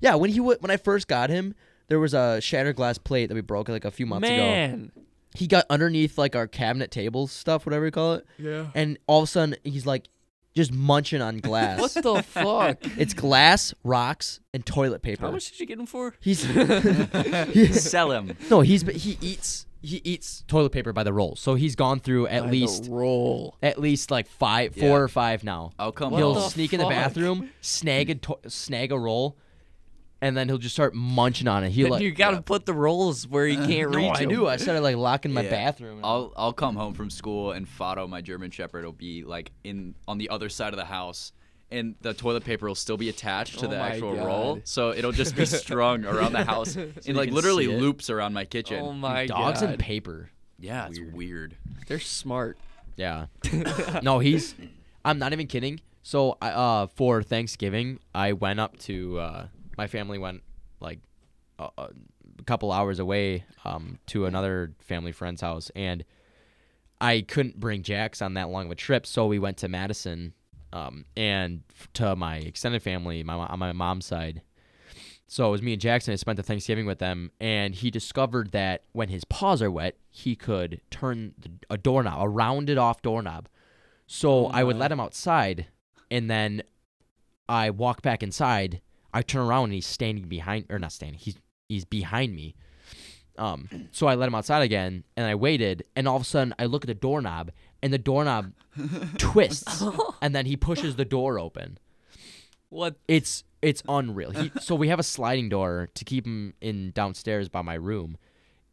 S2: Yeah, when he wa- when I first got him, there was a shattered glass plate that we broke like a few months ago.
S1: Man.
S2: He got underneath like our cabinet tables stuff, whatever you call it,
S1: Yeah.
S2: and all of a sudden he's like just munching on glass.
S1: What the fuck?
S2: It's glass, rocks, and toilet paper.
S1: How much did you get him for?
S2: He's
S3: Sell him.
S2: no, he's but he eats he eats toilet paper by the roll. So he's gone through at
S1: By the
S2: least
S1: roll.
S2: at least like five, four
S3: Yeah.
S2: or five now.
S3: I'll come
S1: Oh, What
S2: he'll
S1: the
S3: home.
S2: sneak in the
S1: fuck?
S2: bathroom, snag a to- snag a roll, and then he'll just start munching on it. He
S1: Then
S2: like
S1: you gotta put the rolls where he can't
S2: Uh, no,
S1: reach.
S2: I
S1: 'em.
S2: knew. I started like locking my
S3: Yeah.
S2: bathroom.
S1: Oh
S3: I'll I'll come home from school and Fado, my German Shepherd, will be like in on the other side of the house, and the toilet paper will still be attached to
S1: Oh
S3: the
S1: my
S3: actual roll,
S1: God.
S3: so it'll just be strung around the house in like
S2: can
S3: literally
S2: see it.
S3: loops around my kitchen.
S1: Oh my
S2: Dogs
S1: god.
S2: and paper.
S3: yeah, it's weird.
S1: They're smart.
S2: Yeah. no, he's. I'm not even kidding. So I, uh, for Thanksgiving, I went up to uh, my family went like a, a couple hours away um, to another family friend's house, and I couldn't bring Jax on that long of a trip, so we went to Madison, um, and f- to my extended family, my mo- on my mom's side. So it was me and Jackson. I spent the Thanksgiving with them, and he discovered that when his paws are wet, he could turn the, a doorknob, a rounded off doorknob. So I would let him outside, and then I walk back inside. I turn around and he's standing behind, or not standing. He's he's behind me. Um, so I let him outside again, and I waited, and all of a sudden I look at the doorknob, and the doorknob twists, and then he pushes the door open.
S1: What?
S2: It's it's unreal. He, so we have a sliding door to keep him in downstairs by my room,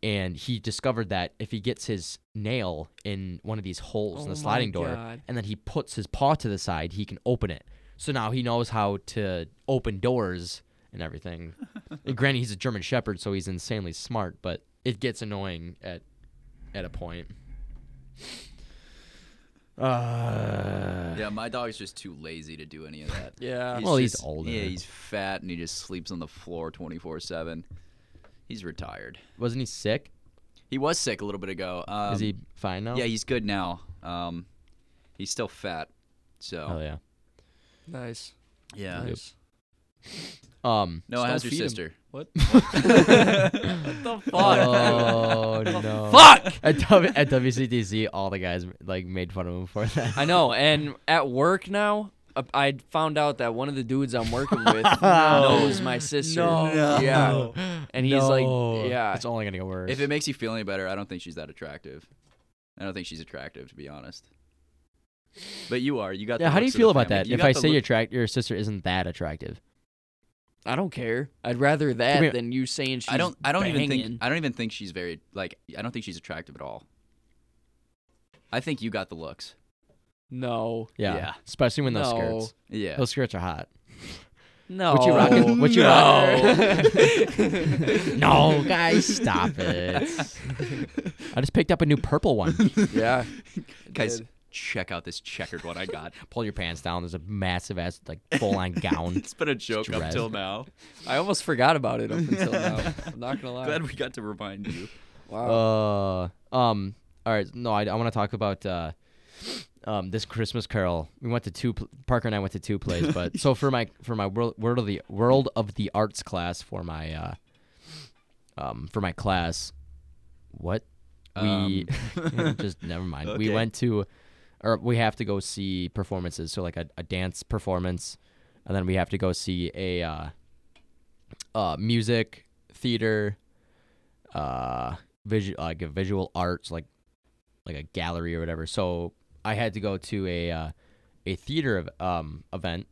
S2: and he discovered that if he gets his nail in one of these holes in
S1: Oh
S2: the sliding
S1: my
S2: door,
S1: God.
S2: and then he puts his paw to the side, he can open it. So now he knows how to open doors and everything. and granted, he's a German Shepherd, so he's insanely smart, but it gets annoying at at a point. Uh,
S3: Yeah, my dog's just too lazy to do any of that.
S1: Yeah.
S2: Well, he's
S3: just-
S2: older.
S3: Yeah, he's fat and he just sleeps on the floor twenty four seven. He's retired.
S2: wasn't he sick?
S3: He was sick a little bit ago. Um,
S2: Is he fine now?
S3: Yeah, he's good now. Um, he's still fat, so
S2: Oh yeah.
S1: nice.
S3: yeah.
S1: Nice.
S2: Um.
S3: No,
S2: just
S3: how's
S2: don't
S3: your
S2: feed him.
S3: sister?
S1: What? what the fuck?
S2: Oh no.
S1: fuck!
S2: At, w- at WCTC, all the guys like made fun of him for that.
S1: I know. And at work now, uh, I found out that one of the dudes I'm working with knows my sister. Yeah. And he's
S2: No.
S1: like, yeah.
S2: It's only gonna get worse.
S3: If it makes you feel any better, I don't think she's that attractive. I don't think she's attractive, to be honest. But you are. You got.
S2: yeah.
S3: the
S2: How do you
S3: looks of
S2: feel
S3: the
S2: about
S3: family.
S2: that?
S3: You
S2: if
S3: got
S2: I
S3: the
S2: say your
S3: look-
S2: track, your sister isn't that attractive.
S1: I don't care. I'd rather
S2: I
S1: that
S2: mean-
S1: than you saying she's
S3: I don't. I don't even
S1: banging.
S3: think. I don't even think she's very like. I don't think she's attractive at all. I think you got the looks.
S1: No.
S2: Yeah.
S3: Yeah.
S2: Especially when those
S1: No.
S2: skirts.
S3: Yeah.
S2: Those skirts are hot.
S1: No.
S2: What you rocking? What you
S1: no.
S2: rocking? no, guys, stop it. I just picked up a new purple one.
S1: yeah.
S3: Guys,
S1: Did.
S3: check out this checkered one I got.
S2: Pull your pants down. There's a massive ass like full on gown.
S3: It's been a joke up
S2: Dread.
S3: till now.
S1: I almost forgot about it up until now. I'm not gonna lie.
S3: Glad we got to remind you.
S1: Wow.
S2: Uh. Um. All right. No, I, I want to talk about uh, um this Christmas Carol. We went to two. Pl- Parker and I went to two plays, but so for my for my world world of the world of the arts class for my uh um for my class, what we just never mind. We
S3: Okay.
S2: went to, or we have to go see performances. So like a, a dance performance, and then we have to go see a uh, uh music theater uh visual like a visual arts like like a gallery or whatever. So I had to go to a uh, a theater ev- um event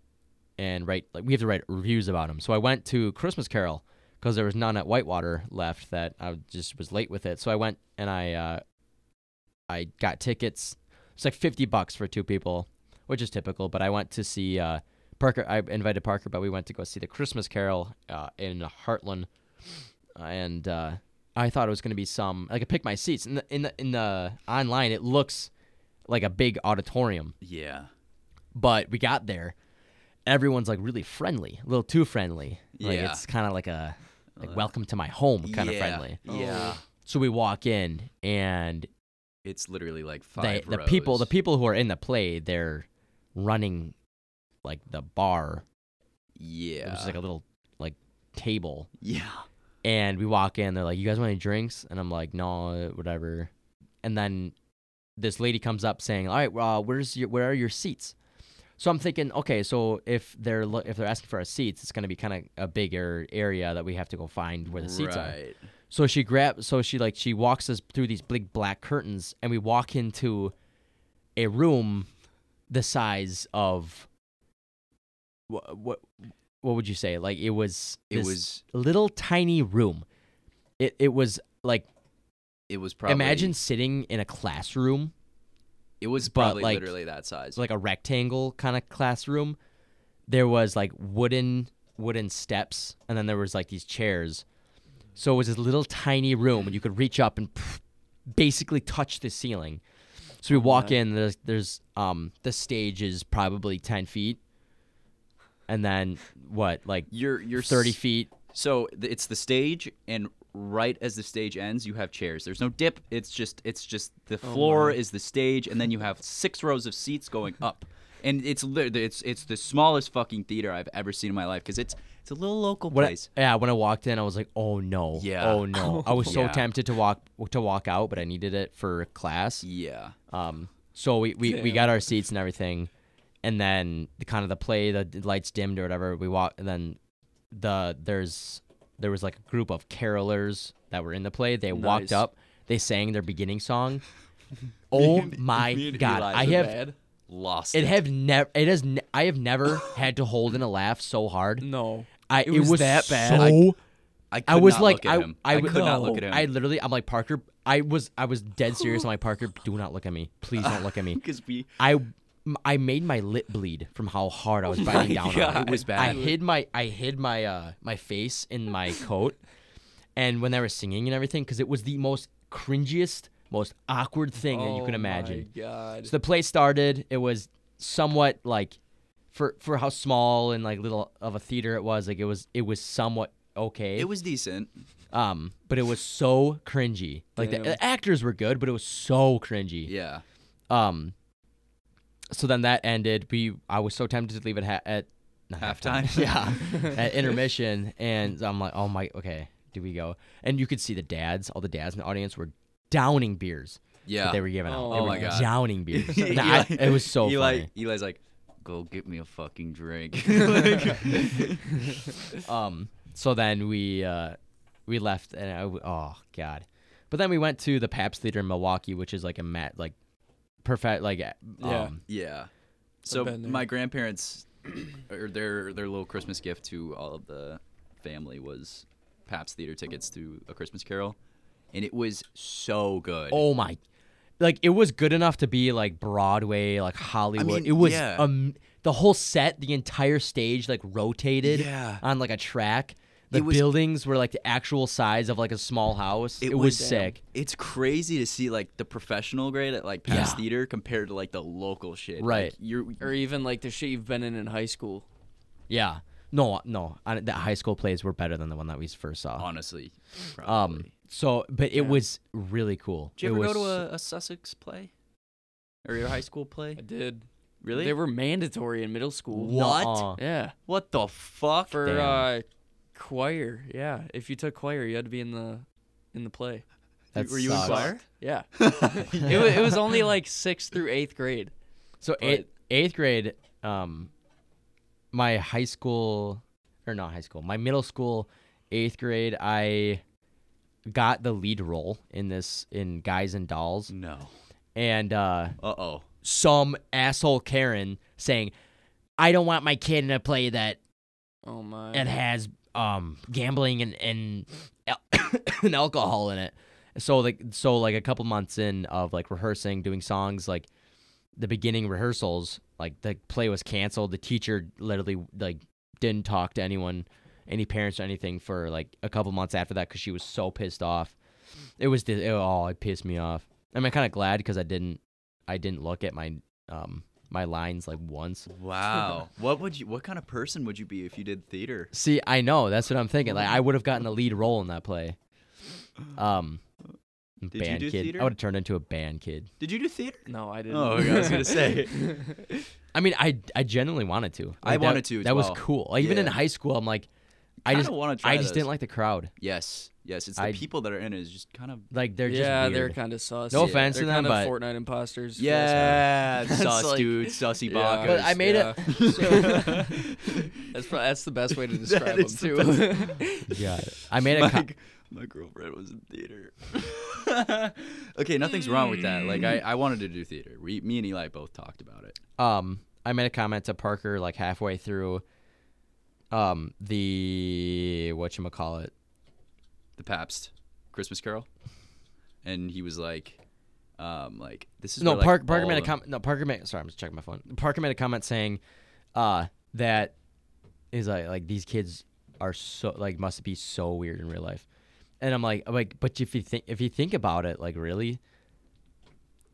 S2: and write like we have to write reviews about them. So I went to Christmas Carol because there was none at Whitewater left that I just was late with it. So I went and I uh, I got tickets. It's like fifty bucks for two people, which is typical. But I went to see uh, Parker. I invited Parker, but we went to go see the Christmas Carol uh, in Heartland, and uh, I thought it was going to be some like I picked my seats in the in the in the online. It looks like a big auditorium,
S3: Yeah.
S2: but we got there. Everyone's like really friendly, a little too friendly. Like
S3: Yeah.
S2: it's kind of like a like welcome to my home kind of
S3: Uh, Yeah,
S2: friendly.
S3: Yeah.
S2: So we walk in and
S3: It's literally like
S2: they,
S3: five
S2: the people the
S3: rows.
S2: people who are in the play they're running like the bar,
S3: Yeah.
S2: which is like a little like table.
S3: yeah.
S2: And we walk in, they're like, "You guys want any drinks?" And I'm like, "No, whatever." And then this lady comes up saying, "All right, well, where's your where are your seats?" So I'm thinking, okay, so if they're lo- if they're asking for our seats, it's gonna be kind of a bigger area that we have to go find where the seats are.
S3: right.
S2: So she grabs, so she like she walks us through these big black curtains, and we walk into a room the size of what what what would you say? Like it was
S3: It
S2: this
S3: was
S2: little tiny room. It it was like
S3: it was probably
S2: imagine sitting in a classroom,
S3: it was
S2: but,
S3: probably
S2: like-
S3: literally that size.
S2: it's like a rectangle kind of classroom. There was like wooden wooden steps, and then there was like these chairs. So it was this little tiny room, and you could reach up and pff, basically touch the ceiling. So we
S3: Oh,
S2: walk in. There's there's um the stage is probably ten feet, and then what like
S3: you're you're
S2: thirty
S3: s-
S2: feet.
S3: So th- it's the stage, and right as the stage ends, you have chairs. There's no dip. It's just it's just the floor is the stage, and then you have six rows of seats going up. And it's lit- it's it's the smallest fucking theater I've ever seen in my life because it's it's a little local
S2: When I-
S3: place.
S2: yeah, when I walked in, I was like, "Oh no!
S3: Yeah.
S2: Oh no!" I was so
S3: Yeah.
S2: tempted to walk to walk out, but I needed it for class.
S3: yeah.
S2: Um, so we, we, we got our seats and everything, and then the kind of the play, the d- lights dimmed or whatever. We walk, and then the there's there was like a group of carolers that were in the play. They
S1: Nice.
S2: walked up, they sang their beginning song. Oh my
S3: me and
S2: god!
S3: Eli
S2: I
S3: were
S2: have
S3: Lost.
S2: it have never it has ne- I have never had to hold in a laugh so hard.
S1: No.
S2: I it was,
S1: that bad.
S2: so
S3: I,
S2: I was like,
S3: I,
S2: I,
S3: him. I,
S2: was-
S3: could not look at him.
S2: I literally, I'm like Parker. I was, I was dead serious. I'm like Parker, do not look at me. Please don't look at me.
S3: because we
S2: I, m- I made my lip bleed from how hard I was biting down on it.
S3: God. It was
S2: I
S3: bad.
S2: hid my, I hid my, uh, my face in my coat, and when they were singing and everything, because it was the most cringiest, most awkward thing that
S3: Oh
S2: you can imagine.
S1: God.
S2: Oh So the play started. It was somewhat like for for how small and like little of a theater it was. Like it was it was somewhat okay.
S3: it was decent.
S2: um, but it was so cringy. Like the,
S1: Damn.
S2: the actors were good, but it was so cringy.
S3: Yeah.
S2: Um. So then that ended. We I was so tempted to leave it ha- at not
S3: Halftime.
S2: yeah, at intermission, and I'm like, oh my, okay, do we go? And you could see the dads, all the dads in the audience were downing beers
S3: Yeah.
S2: that they were giving out. They
S1: Oh
S2: were
S1: my
S3: God.
S2: Downing beer. Nah, I-
S3: Eli-
S2: it was so
S3: Eli,
S2: funny.
S3: Eli's like, go get me a fucking drink. Like-
S2: Um, so then we uh, we left, and I, w- oh god. But then we went to the Paps Theater in Milwaukee, which is like a mat like perfect like uh,
S1: Yeah.
S2: um,
S3: yeah. So
S1: been there.
S3: my grandparents, or their their little Christmas gift to all of the family was Pabst Theater tickets to A Christmas Carol, and it was so good.
S2: oh my like it was good enough to be like broadway like hollywood
S3: mean,
S2: it was
S3: yeah.
S2: um the whole set the entire stage like rotated
S3: Yeah.
S2: on like a track the
S3: It was-
S2: buildings were like the actual size of like a small house it, was, sick
S3: It's crazy to see like the professional grade at like Pabst
S2: Yeah.
S3: Theater compared to like the local shit. Like,
S2: Right. Er,
S3: you're
S1: Or even like the shit you've been in in high school.
S2: yeah no no I, the high school plays were better than the one that we first saw
S3: honestly. Probably.
S2: um so but it was really cool
S3: Did you ever
S2: it
S3: go
S2: was
S3: to a, a Sussex play? Or your high school play?
S1: I did.
S3: Really?
S1: They were mandatory in middle school.
S3: What?
S2: Nuh-uh.
S1: Yeah.
S3: What the fuck?
S1: For
S2: Damn.
S1: uh choir. Yeah. If you took choir, you had to be in the in the play.
S2: That
S3: were you in
S2: sucks.
S3: choir?
S1: Yeah. it, was, it was only like 6th through 8th grade.
S2: So eighth, eighth grade, um, my high school or not high school, my middle school, eighth grade, I got the lead role in this in Guys and Dolls,
S3: No.
S2: and uh,
S3: Uh oh.
S2: some asshole Karen saying, "I don't want my kid in a play that
S1: Oh my.
S2: it has um gambling and and, al- and alcohol in it. So like so like a couple months in of like rehearsing, doing songs, like the beginning rehearsals, like the play was canceled. The teacher literally like didn't talk to anyone, any parents or anything for like a couple months after that because she was so pissed off. It was the, it, oh it pissed me off. I'm kind of glad because I didn't I didn't look at my um my lines like once.
S3: Wow. what would you? What kind of person would you be if you did theater?
S2: See, I know that's what I'm thinking. Like I would have gotten a lead role in that play. Um,
S3: you
S2: band
S3: do
S2: kid.
S3: theater?
S2: I would have turned into a band kid.
S3: Did you do theater?
S1: No, I didn't.
S3: Oh, I was gonna say.
S2: I mean, I I genuinely wanted to.
S3: I
S2: Like, that-
S3: wanted to as
S2: That
S3: well.
S2: was cool. Like, even in
S3: Yeah.
S2: high school, I'm like, I
S3: Kinda
S2: just
S3: wanna
S2: I
S3: try
S2: just
S3: those.
S2: didn't like the crowd.
S3: yes. Yes. It's the
S2: I-
S3: people that are in it is just kind of.
S2: Like they're just
S1: yeah, they're
S2: weird.
S1: kind of sus.
S2: No offense
S1: they're
S2: to them,
S1: kind of
S2: but-
S1: Fortnite imposters. for us.
S3: Yeah,
S1: That's
S3: sus
S1: like-
S3: dude, sussy
S1: Yeah.
S3: bonkers.
S2: But I made it.
S1: that's probably, that's the best way to describe them
S3: is the
S1: too.
S2: Yeah, I made a.
S3: my,
S2: co-
S3: g- my girlfriend was in theater. okay, nothing's wrong with that. Like I, I wanted to do theater. We, me and Eli both talked about it.
S2: um I made a comment to Parker like halfway through um the what you call it
S3: The Pabst, Christmas Carol, and he was like, um, like this is
S2: no
S3: where, like,
S2: Park, Parker
S3: all
S2: made a
S3: the-
S2: comment no Parker made sorry I'm just checking my phone Parker made a comment saying uh that is like like these kids are so like must be so weird in real life and I'm like I'm like but if you think if you think about it like really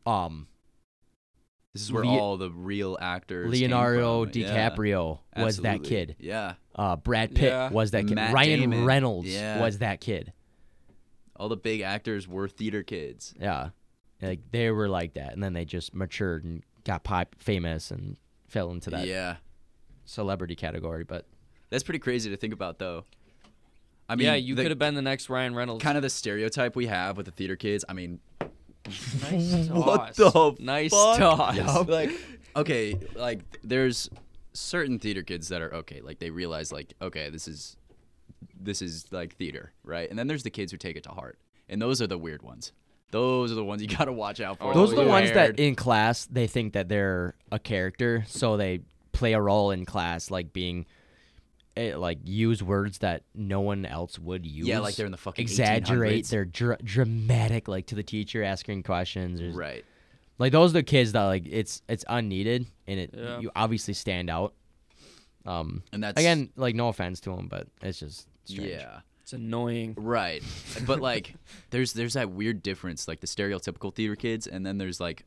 S2: um
S3: This is where
S2: Le-
S3: all the real actors. came
S2: Leonardo
S3: from. Yeah,
S2: DiCaprio was that
S3: absolutely.
S2: kid
S3: Yeah,
S2: uh Brad Pitt
S1: Yeah.
S2: was that kid
S3: Matt
S2: Ryan
S3: Damon.
S2: Reynolds
S3: Yeah.
S2: was that kid
S3: all the big actors were theater kids.
S2: Yeah. Like they were like that and then they just matured and got pop famous and fell into that
S3: Yeah,
S2: celebrity category, but
S3: that's pretty crazy to think about, though. I mean,
S1: yeah, you
S3: the-
S1: could have been the next Ryan Reynolds.
S3: kind of the stereotype we have with the theater kids. I mean,
S1: nice
S3: What
S1: toss.
S3: the
S1: nice
S3: fuck?
S1: toss.
S3: like okay, like there's certain theater kids that are okay, like they realize like okay, this is this is like theater, right? And then there's the kids who take it to heart. And those are the weird ones. Those are the ones you got to watch out for.
S2: those are the
S3: weird.
S2: ones that in class they think that they're a character, so they play a role in class like being eh, like use words that no one else would use.
S3: Yeah, like they're in the fucking
S2: exaggerate.
S3: 1800s.
S2: They're dr- dramatic, like to the teacher asking questions. Or,
S3: right.
S2: Like those are the kids that like it's it's unneeded and it
S1: Yeah.
S2: you obviously stand out. Um,
S3: And that's
S2: Again, like no offense to him, but it's just strange.
S3: yeah.
S1: It's annoying.
S3: Right. But like there's there's that weird difference like the stereotypical theater kids and then there's like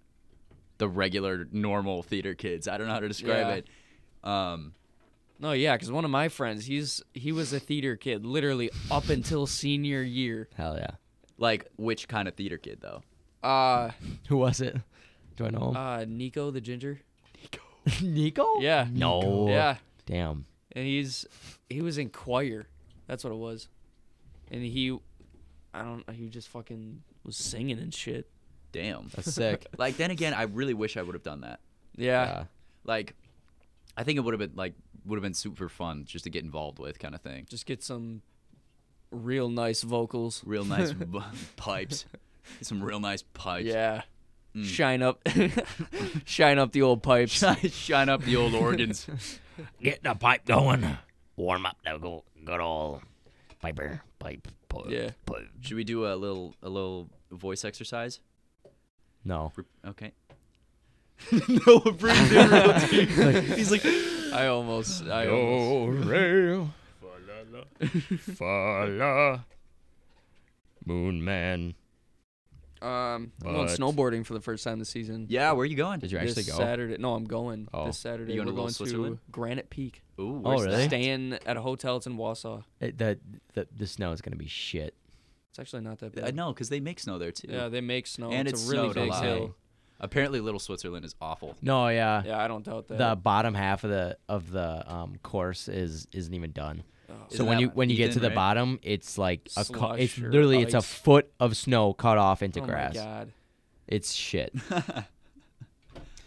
S3: the regular normal theater kids. I don't know how to describe
S1: Yeah.
S3: it. Um
S1: No, yeah, because one of my friends, he's he was a theater kid, literally up until senior year.
S2: Hell yeah.
S3: like which kind of theater kid though?
S1: Uh,
S2: Who was it? Do I know him?
S1: uh, Nico the ginger.
S2: Nico?
S1: Yeah.
S2: No.
S1: Yeah,
S2: Damn.
S1: and he's he was in choir. That's what it was. And he, I don't, he just fucking was singing and shit.
S3: Damn.
S2: That's sick.
S3: like then again, I really wish I would have done that.
S1: Yeah.
S2: yeah.
S3: Like I think it would have been like would have been super fun just to get involved with kind of thing.
S1: Just get some real nice vocals.
S3: Real nice b- pipes. Some real nice pipes.
S1: Yeah. Shine up, shine up the old pipes.
S3: Shine up the old organs.
S5: Get the pipe going. Warm up the go- good old piper pipe. Pipe,
S1: Yeah.
S5: pipe.
S3: Should we do a little a little voice exercise?
S2: No.
S3: Re- Okay. no, He's like,
S1: I almost, I almost.
S4: Do re fa la moon man.
S1: Um, I'm going
S4: But-
S1: snowboarding for the first time this season.
S3: yeah, where are you going?
S2: Did you actually
S1: this
S2: go?
S1: Saturday. No, I'm going
S2: Oh.
S1: this Saturday.
S3: You going
S1: We're
S3: to
S1: going
S3: Little Switzerland?
S1: to Granite Peak.
S3: Ooh,
S2: Oh,
S3: where's
S2: really?
S3: that?
S1: Staying at a hotel. It's in Wausau.
S2: It, the, the the snow is gonna be shit.
S1: It's actually not that
S3: Uh,
S1: bad.
S3: no, because they make snow there too.
S1: Yeah, they make snow.
S3: and
S1: it's,
S3: it's
S1: a really
S3: snowed a
S1: big
S3: lot.
S1: hill.
S3: Apparently, Little Switzerland is awful.
S2: No, yeah.
S1: Yeah, I don't doubt that.
S2: The bottom half of the of the um, course is isn't even done. So
S1: Oh.
S3: Isn't
S2: when
S3: that
S2: you when you get to
S3: Eden,
S2: the
S3: right?
S2: bottom, it's like a co-
S1: Slush
S2: it's
S1: or
S2: literally it's a
S1: ice.
S2: foot of snow cut off into
S1: oh
S2: grass.
S1: my god.
S2: It's shit.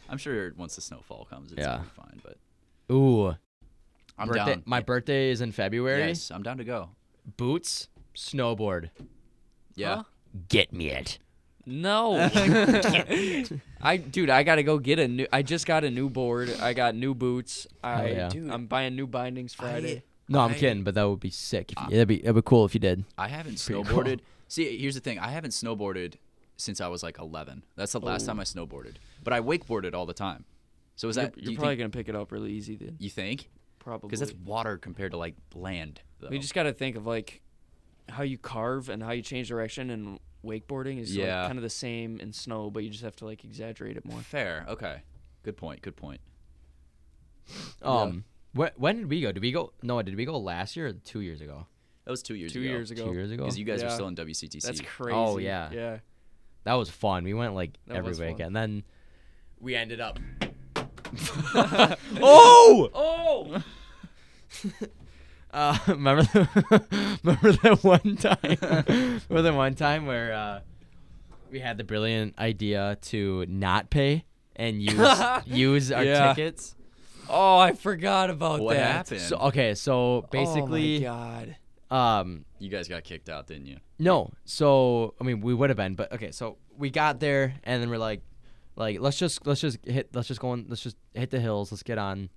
S3: I'm sure once the snowfall comes, it's
S2: Yeah.
S3: gonna be fine. But
S2: Ooh,
S3: I'm
S2: birthday,
S3: down.
S2: my birthday is in February.
S3: yes, I'm down to go.
S2: Boots, snowboard.
S3: Yeah,
S1: Huh?
S5: Get me it.
S1: No. I dude, I gotta go get a new. I just got a new board. I got new boots. I
S2: yeah.
S1: I'm buying new bindings Friday.
S2: No, I'm kidding, but that would be sick.
S3: Ah.
S2: If you, that'd be that'd be cool if you did.
S3: I haven't
S2: Pretty
S3: snowboarded.
S2: cool.
S3: See, here's the thing: I haven't snowboarded since I was like 11. That's the last time I snowboarded. But I wakeboarded all the time. So is
S1: Oh. You're,
S3: that do
S1: you're
S3: you
S1: probably
S3: think,
S1: gonna pick it up really easy then.
S3: you think?
S1: Probably.
S3: Because that's water compared to like land. Though.
S1: We just got to think of like how you carve and how you change direction and wakeboarding is
S3: Yeah.
S1: like kind of the same in snow, but you just have to like exaggerate it more.
S3: fair. Okay. Good point. Good point.
S2: Um, wh- when did we go? Did we go? No, did we go last year or two years ago?
S3: That was two years
S1: two
S3: ago.
S1: years ago.
S2: Two years ago.
S3: Because you guys were
S1: Yeah.
S3: still in WCTC.
S1: That's crazy.
S2: Oh, yeah.
S1: Yeah.
S2: That was fun. We went like
S1: That
S2: every
S1: was fun.
S2: weekend. And then we ended up. oh!
S1: Oh.
S2: Uh, remember the remember that one time? remember the one time where uh, we had the brilliant idea to not pay and use use our
S1: Yeah.
S2: tickets.
S1: Oh, I forgot about
S3: What
S1: that.
S3: happened?
S2: So okay, so basically,
S1: Oh my god.
S2: um,
S3: You guys got kicked out, didn't you?
S2: No. So I mean, we would have been, but okay. So we got there, and then we're like, like let's just let's just hit let's just go on let's just hit the hills. Let's get on.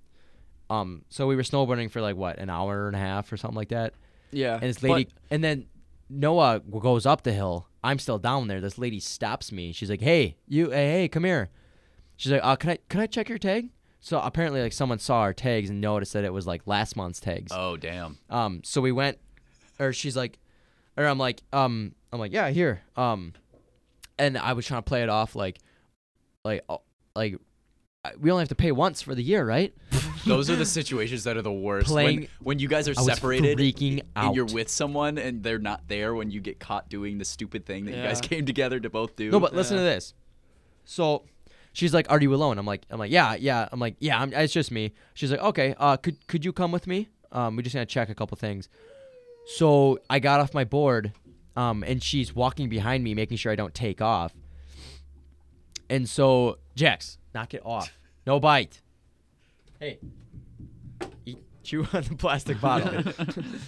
S2: Um. So we were snowboarding for like what an hour and a half or something like that,
S1: Yeah.
S2: and this lady,
S1: But-
S2: and then Noah w- goes up the hill. I'm still down there. This lady stops me. She's like, "Hey, you, hey, hey, come here." She's like, uh, "Can I can I check your tag?" So apparently, like someone saw our tags and noticed that it was like last month's tags.
S3: Oh, damn.
S2: Um, so we went, or she's like, or I'm like, um, I'm like, yeah, here. Um, and I was trying to play it off like, like, uh, like, I- we only have to pay once for the year, right?
S3: Those are the situations that are the worst. when,
S2: Playing-
S3: when you guys are
S2: I was
S3: separated
S2: freaking
S3: and you're
S2: out.
S3: with someone and they're not there when you get caught doing the stupid thing that you guys
S1: Yeah.
S3: came together to both do.
S2: No, but listen to this. So she's like, "Are you alone?" I'm like, "I'm like, yeah, yeah." I'm like, "Yeah, I'm, it's just me." She's like, "Okay, uh, could could you come with me? Um, we just gonna check a couple things." So I got off my board, um, and she's walking behind me, making sure I don't take off. And so Jax, knock it off. No bite. Hey, eat, chew on the plastic bottle.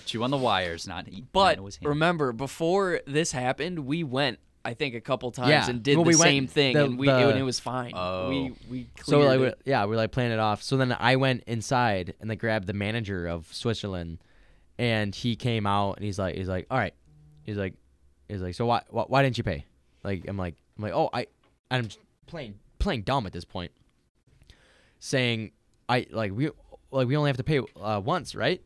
S3: Chew on the wires, not eat.
S1: But
S3: not always hand.
S1: remember, before this happened, we went I think a couple times
S2: Yeah.
S1: and did
S2: Well,
S1: the
S2: we went-
S1: same thing,
S2: the-
S1: and we
S2: the-
S1: and it was fine.
S3: Oh.
S1: We we
S2: So
S1: cleared
S2: like
S1: it.
S2: we- yeah, we're like playing it off. So then I went inside and like grabbed the manager of Switzerland, and he came out and he's like he's like all right, he's like he's like so why why, why didn't you pay? Like I'm like I'm like oh I I'm just playing playing dumb at this point, saying I like we like we only have to pay uh, once right.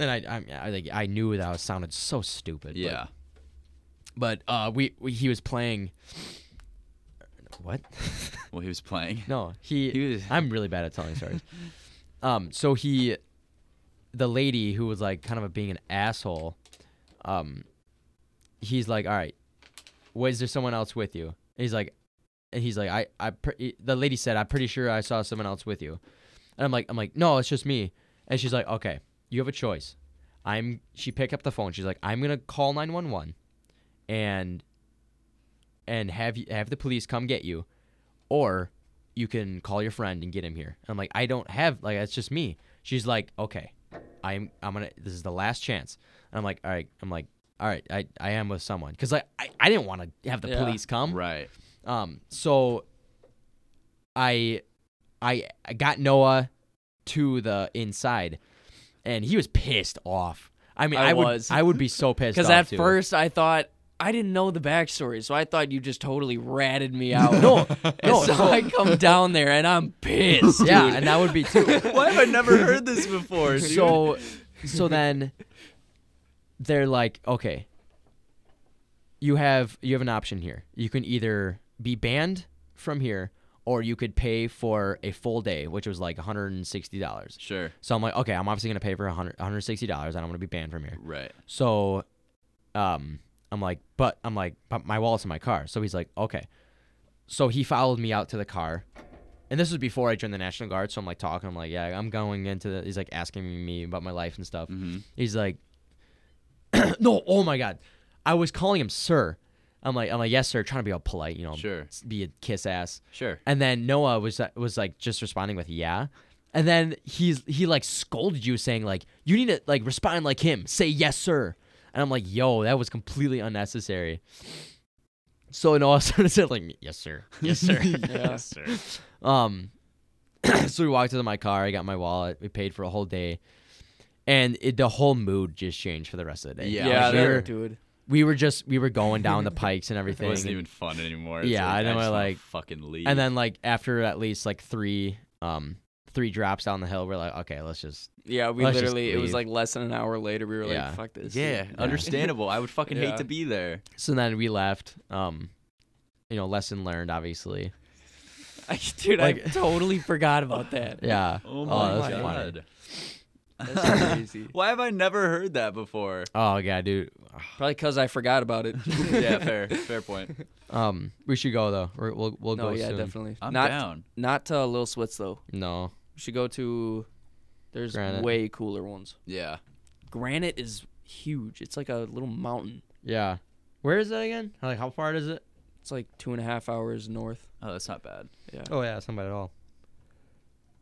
S2: And I, I, I like I knew that I sounded so stupid. but-
S3: yeah.
S2: But, uh, we, we he was playing. What?
S3: Well, he was playing.
S2: No, he.
S3: He was-
S2: I'm really bad at telling stories. um, so he, the lady who was like kind of being an asshole, um, he's like, all right, was there someone else with you? And he's like, and he's like, I, I, pre-, the lady said, I'm pretty sure I saw someone else with you, and I'm like, I'm like, no, it's just me, and she's like, okay, you have a choice. I'm. She picked up the phone. She's like, I'm gonna call 911, and, and have you have the police come get you, or you can call your friend and get him here. I'm like, I don't have like that's just me. She's like, okay, I'm I'm gonna this is the last chance. And I'm like, all right, I'm like, all right, I I am with someone because like I, I didn't want to have the
S1: Yeah.
S2: police come.
S3: Right.
S2: Um, so I I I got Noah to the inside, and he was pissed off. I mean,
S1: I
S2: I,
S1: was.
S2: would I would be so pissed
S1: Because
S2: off,
S1: at
S2: too.
S1: first I thought I didn't know the backstory, so I thought you just totally ratted me out.
S2: no,
S1: and
S2: no,
S1: so I come down there and I'm pissed.
S2: yeah, and that would be too.
S3: Why have I never heard this before? dude?
S2: so so then they're like okay you have you have an option here you can either be banned from here or you could pay for a full day which was like $160
S3: sure.
S2: so i'm like okay i'm obviously going to pay for 100, $160 i don't want to be banned from here
S3: Right.
S2: so um I'm like, but I'm like, but my wallet's in my car. So he's like, okay. So he followed me out to the car. And this was before I joined the National Guard, so I'm like talking, I'm like, yeah, I'm going into the he's like asking me about my life and stuff. He's like No, oh my god. I was calling him sir. I'm like I'm like, yes, sir, trying to be all polite, you know.
S3: Sure.
S2: Be a kiss ass.
S3: Sure.
S2: And then Noah was uh, was like just responding with yeah. And then he's he like scolded you saying like you need to like respond like him. Say yes sir. And I'm like, "Yo, that was completely unnecessary." So Noah started saying like, "Yes sir."
S5: Yes, sir.
S1: Yeah.
S5: yes, sir.
S2: Um so we walked into my car, I got my wallet, we paid for a whole day. And it, the whole mood just changed for the rest of the day.
S3: Yeah,
S1: Yeah,
S2: Like, we,
S1: that-
S2: were,
S1: dude.
S2: we were just we were going down the pikes and
S3: It
S2: everything.
S3: wasn't
S2: and-
S3: even fun anymore.
S2: Yeah, I
S3: I
S2: know,
S3: just wanna
S2: I like-
S3: fucking leave.
S2: and then like after at least like three um three drops down the hill we're like okay let's just
S1: Yeah, we
S2: Let's just
S1: literally it was
S2: leave.
S1: like less than an hour later. We were
S2: Yeah. Uh,
S1: like, "Fuck this."
S3: yeah,
S1: dude.
S3: understandable. I would fucking
S1: Yeah.
S3: hate to be there.
S2: so then we left um you know lesson learned obviously
S1: I, dude, I
S2: Like-
S1: totally forgot about that.
S2: Yeah.
S3: Oh my
S2: that's
S3: god.
S2: funny.
S1: That's crazy.
S3: Why have I never heard that before?
S2: Oh yeah, dude.
S1: Probably because I forgot about it.
S3: yeah, fair, fair point.
S2: Um, we should go though. We're, we'll we'll
S1: no,
S2: go
S1: yeah,
S2: soon.
S1: definitely.
S3: I'm
S1: not
S3: down.
S1: not to Lil Switz though.
S2: No.
S1: We should go to. There's
S2: Granite.
S1: way cooler ones.
S3: Yeah.
S1: Granite is huge. It's like a little mountain.
S2: Yeah. Where is that again? Like how far is it?
S1: It's like two and a half hours north.
S3: Oh, that's not bad.
S2: Oh yeah, it's not bad at all.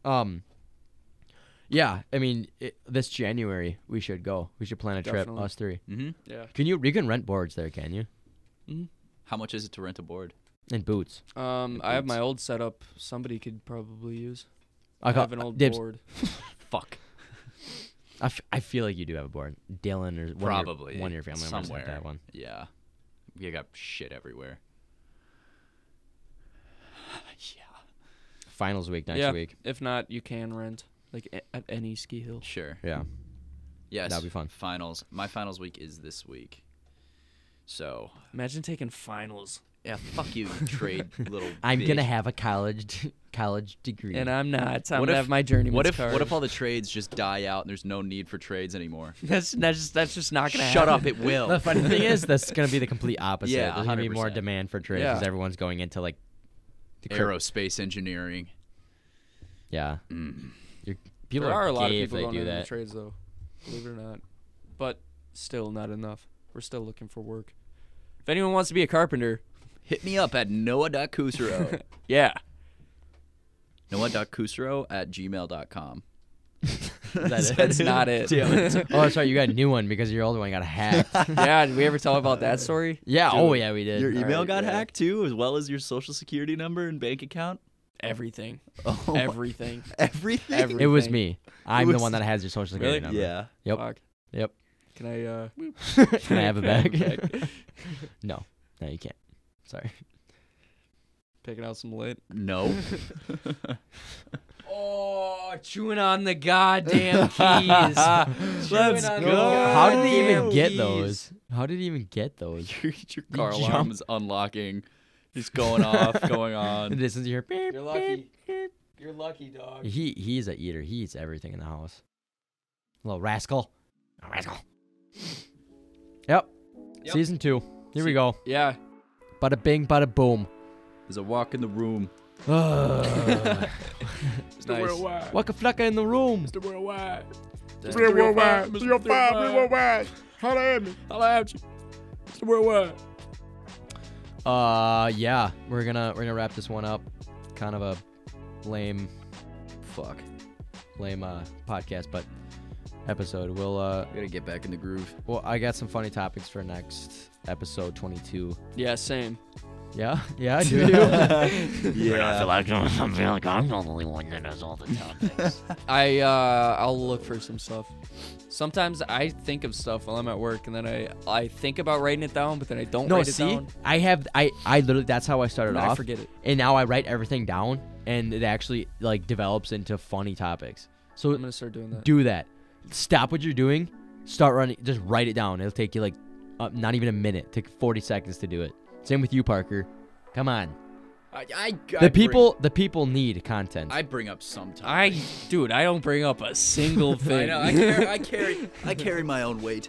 S2: Um. Yeah, I mean, it, this January we should go. We should plan a trip,
S1: Definitely.
S2: us three.
S3: Mm-hmm.
S1: Yeah.
S2: Can you? You can rent boards there, can you?
S3: How much is it to rent a board?
S2: And boots.
S1: Um, I have my old setup. Somebody could probably use. I
S2: ca-
S1: have an old
S2: dibs.
S1: board.
S3: Fuck.
S2: I, f- I feel like you do have a board. Dylan or one of
S3: Probably.
S2: your, one of your family members
S3: somewhere.
S2: have that one.
S3: Yeah. You got shit everywhere. yeah.
S2: Finals week next
S1: yeah.
S2: week.
S1: If not, you can rent like a- at any ski hill.
S3: Sure.
S2: Yeah.
S3: Yes.
S2: That'll be fun.
S3: Finals. My finals week is this week. So
S1: Imagine taking finals,
S3: yeah, fuck you, you trade little.
S2: I'm gonna
S3: bitch.
S2: have a college college degree.
S1: and I'm not. I'm
S3: What
S1: gonna
S3: if-
S1: have my journeyman's
S3: What if
S1: card.
S3: what if all the trades just die out and there's no need for trades anymore?
S1: That's that's just, that's just not gonna
S3: Shut up,
S1: happen.
S3: it will.
S2: the funny thing is, that's gonna be the complete opposite.
S3: Yeah,
S2: There's gonna be more
S3: 100%.
S2: demand for trades
S1: Yeah.
S2: because everyone's going into like the crypt-
S3: Aerospace engineering.
S2: Yeah. You're, people
S1: Mm. there are a lot of
S2: gay if
S1: people
S2: they
S1: going
S2: do
S1: into the
S2: that.
S1: trades though, believe it or not. But still not enough. We're still looking for work. If anyone wants to be a carpenter,
S3: Hit me up at noah.cusero.
S1: yeah.
S3: noah.cusero at gmail.com.
S2: Is that
S1: That's not it.
S2: it? oh, that's right. You got a new one because your old one got hacked.
S1: yeah, did we ever tell about that story?
S2: yeah. oh yeah, we did.
S3: Your email
S1: right,
S3: got
S1: yeah.
S3: hacked too, as well as your social security number and bank account.
S1: Everything.
S3: Oh,
S1: Everything.
S3: everything.
S1: Every-
S2: it was
S1: thing.
S2: me. I'm the
S3: was-
S2: one that has your social
S1: Really?
S2: security number.
S3: yeah.
S2: Yep.
S1: Fuck.
S2: Yep.
S1: Can I uh
S2: Can I have it back?
S1: Back.
S2: no. No, you can't. Sorry.
S1: picking out some lit?
S3: No.
S1: Oh, chewing on the goddamn keys.
S3: Let's
S1: on
S3: go.
S1: the
S2: How did he even
S1: goddamn
S2: get
S1: keys.
S2: those? How did he even get those?
S3: your, your car
S2: jump.
S3: alarm's unlocking. He's going off, going on.
S2: This is your. Beep,
S1: You're lucky.
S2: beep, beep.
S1: You're lucky, dog.
S2: He he's a eater. He eats everything in the house. Little rascal.
S5: rascal.
S2: Yep.
S1: Yep.
S2: Season two. Here we
S1: Se-
S2: go.
S1: Yeah.
S2: Bada bing, bada boom.
S3: There's a walk in the room.
S2: Ugh.
S1: nice.
S2: Waka flocka in the room.
S1: oh
S2: Uh, yeah, we're gonna we're gonna wrap this one up. Kind of a lame,
S3: Fuck.
S2: lame uh podcast, but episode. We'll uh,
S3: We gotta get back in the groove.
S2: well, I got some funny topics for next episode 22.
S1: Yeah, same.
S2: Yeah, yeah, I do.
S5: I feel like I feel like I'm the only one that knows all the topics.
S1: I uh, I'll look for some stuff. Sometimes I think of stuff while I'm at work, and then I I think about writing it down, but then I don't
S2: no,
S1: write it
S2: see,
S1: down.
S2: I have I I literally that's how I started
S1: And I
S2: off.
S1: forget it.
S2: and now I write everything down, and it actually like develops into funny topics. So
S1: I'm gonna start doing that.
S2: do that. Stop what you're doing. Start running. Just write it down. It'll take you like uh, not even a minute. Take 40 seconds to do it. Same with you, Parker. Come on.
S3: I, I,
S2: The people, the people need content.
S3: I bring up sometimes.
S1: I, dude, I don't bring up a single
S3: I
S1: thing.
S3: know. I carry, I carry. I carry my own weight.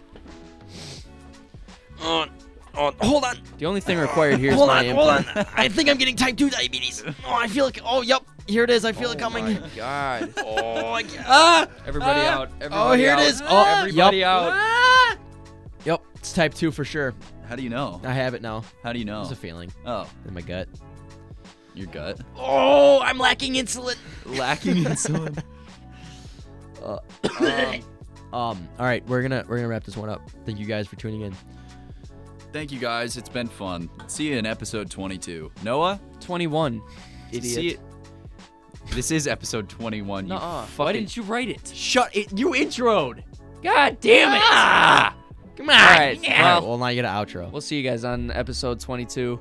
S5: on, on, Oh, hold on,
S1: the only thing required here is
S5: hold
S1: my
S5: on,
S1: input.
S5: hold on. I think I'm getting type two diabetes. Oh, I feel like. Oh, yep. Here it is. I feel it coming.
S1: God,
S5: Oh, I can't. Ah,
S1: everybody out. Everybody
S5: oh, here
S1: out.
S5: it is.
S2: Ah!
S5: Oh,
S1: Everybody
S2: Yup.
S1: out.
S5: ah.
S2: yep, it's type two for sure.
S3: How do you know?
S2: I have it now.
S3: How do you know?
S2: It's a feeling
S3: Oh,
S2: in my gut.
S3: your gut.
S5: Oh, I'm lacking insulin.
S3: Lacking insulin.
S2: Um, all right, we're gonna we're gonna wrap this one up. Thank you guys for tuning in.
S3: Thank you guys. It's been fun. See you in episode 22. Noah,
S1: Twenty-one. Idiot.
S3: see it. This is episode 21. You
S1: Nuh-uh.
S3: fucking
S1: Why didn't you write it?
S3: shut it? You introed.
S1: God damn it!
S5: Come on.
S1: All right.
S2: All right,
S1: Well,
S2: well now you got an outro.
S1: we'll see you guys on episode 22.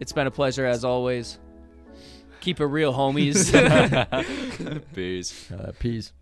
S1: It's been a pleasure as always. Keep it real, homies.
S3: Peace.
S2: Uh, peace.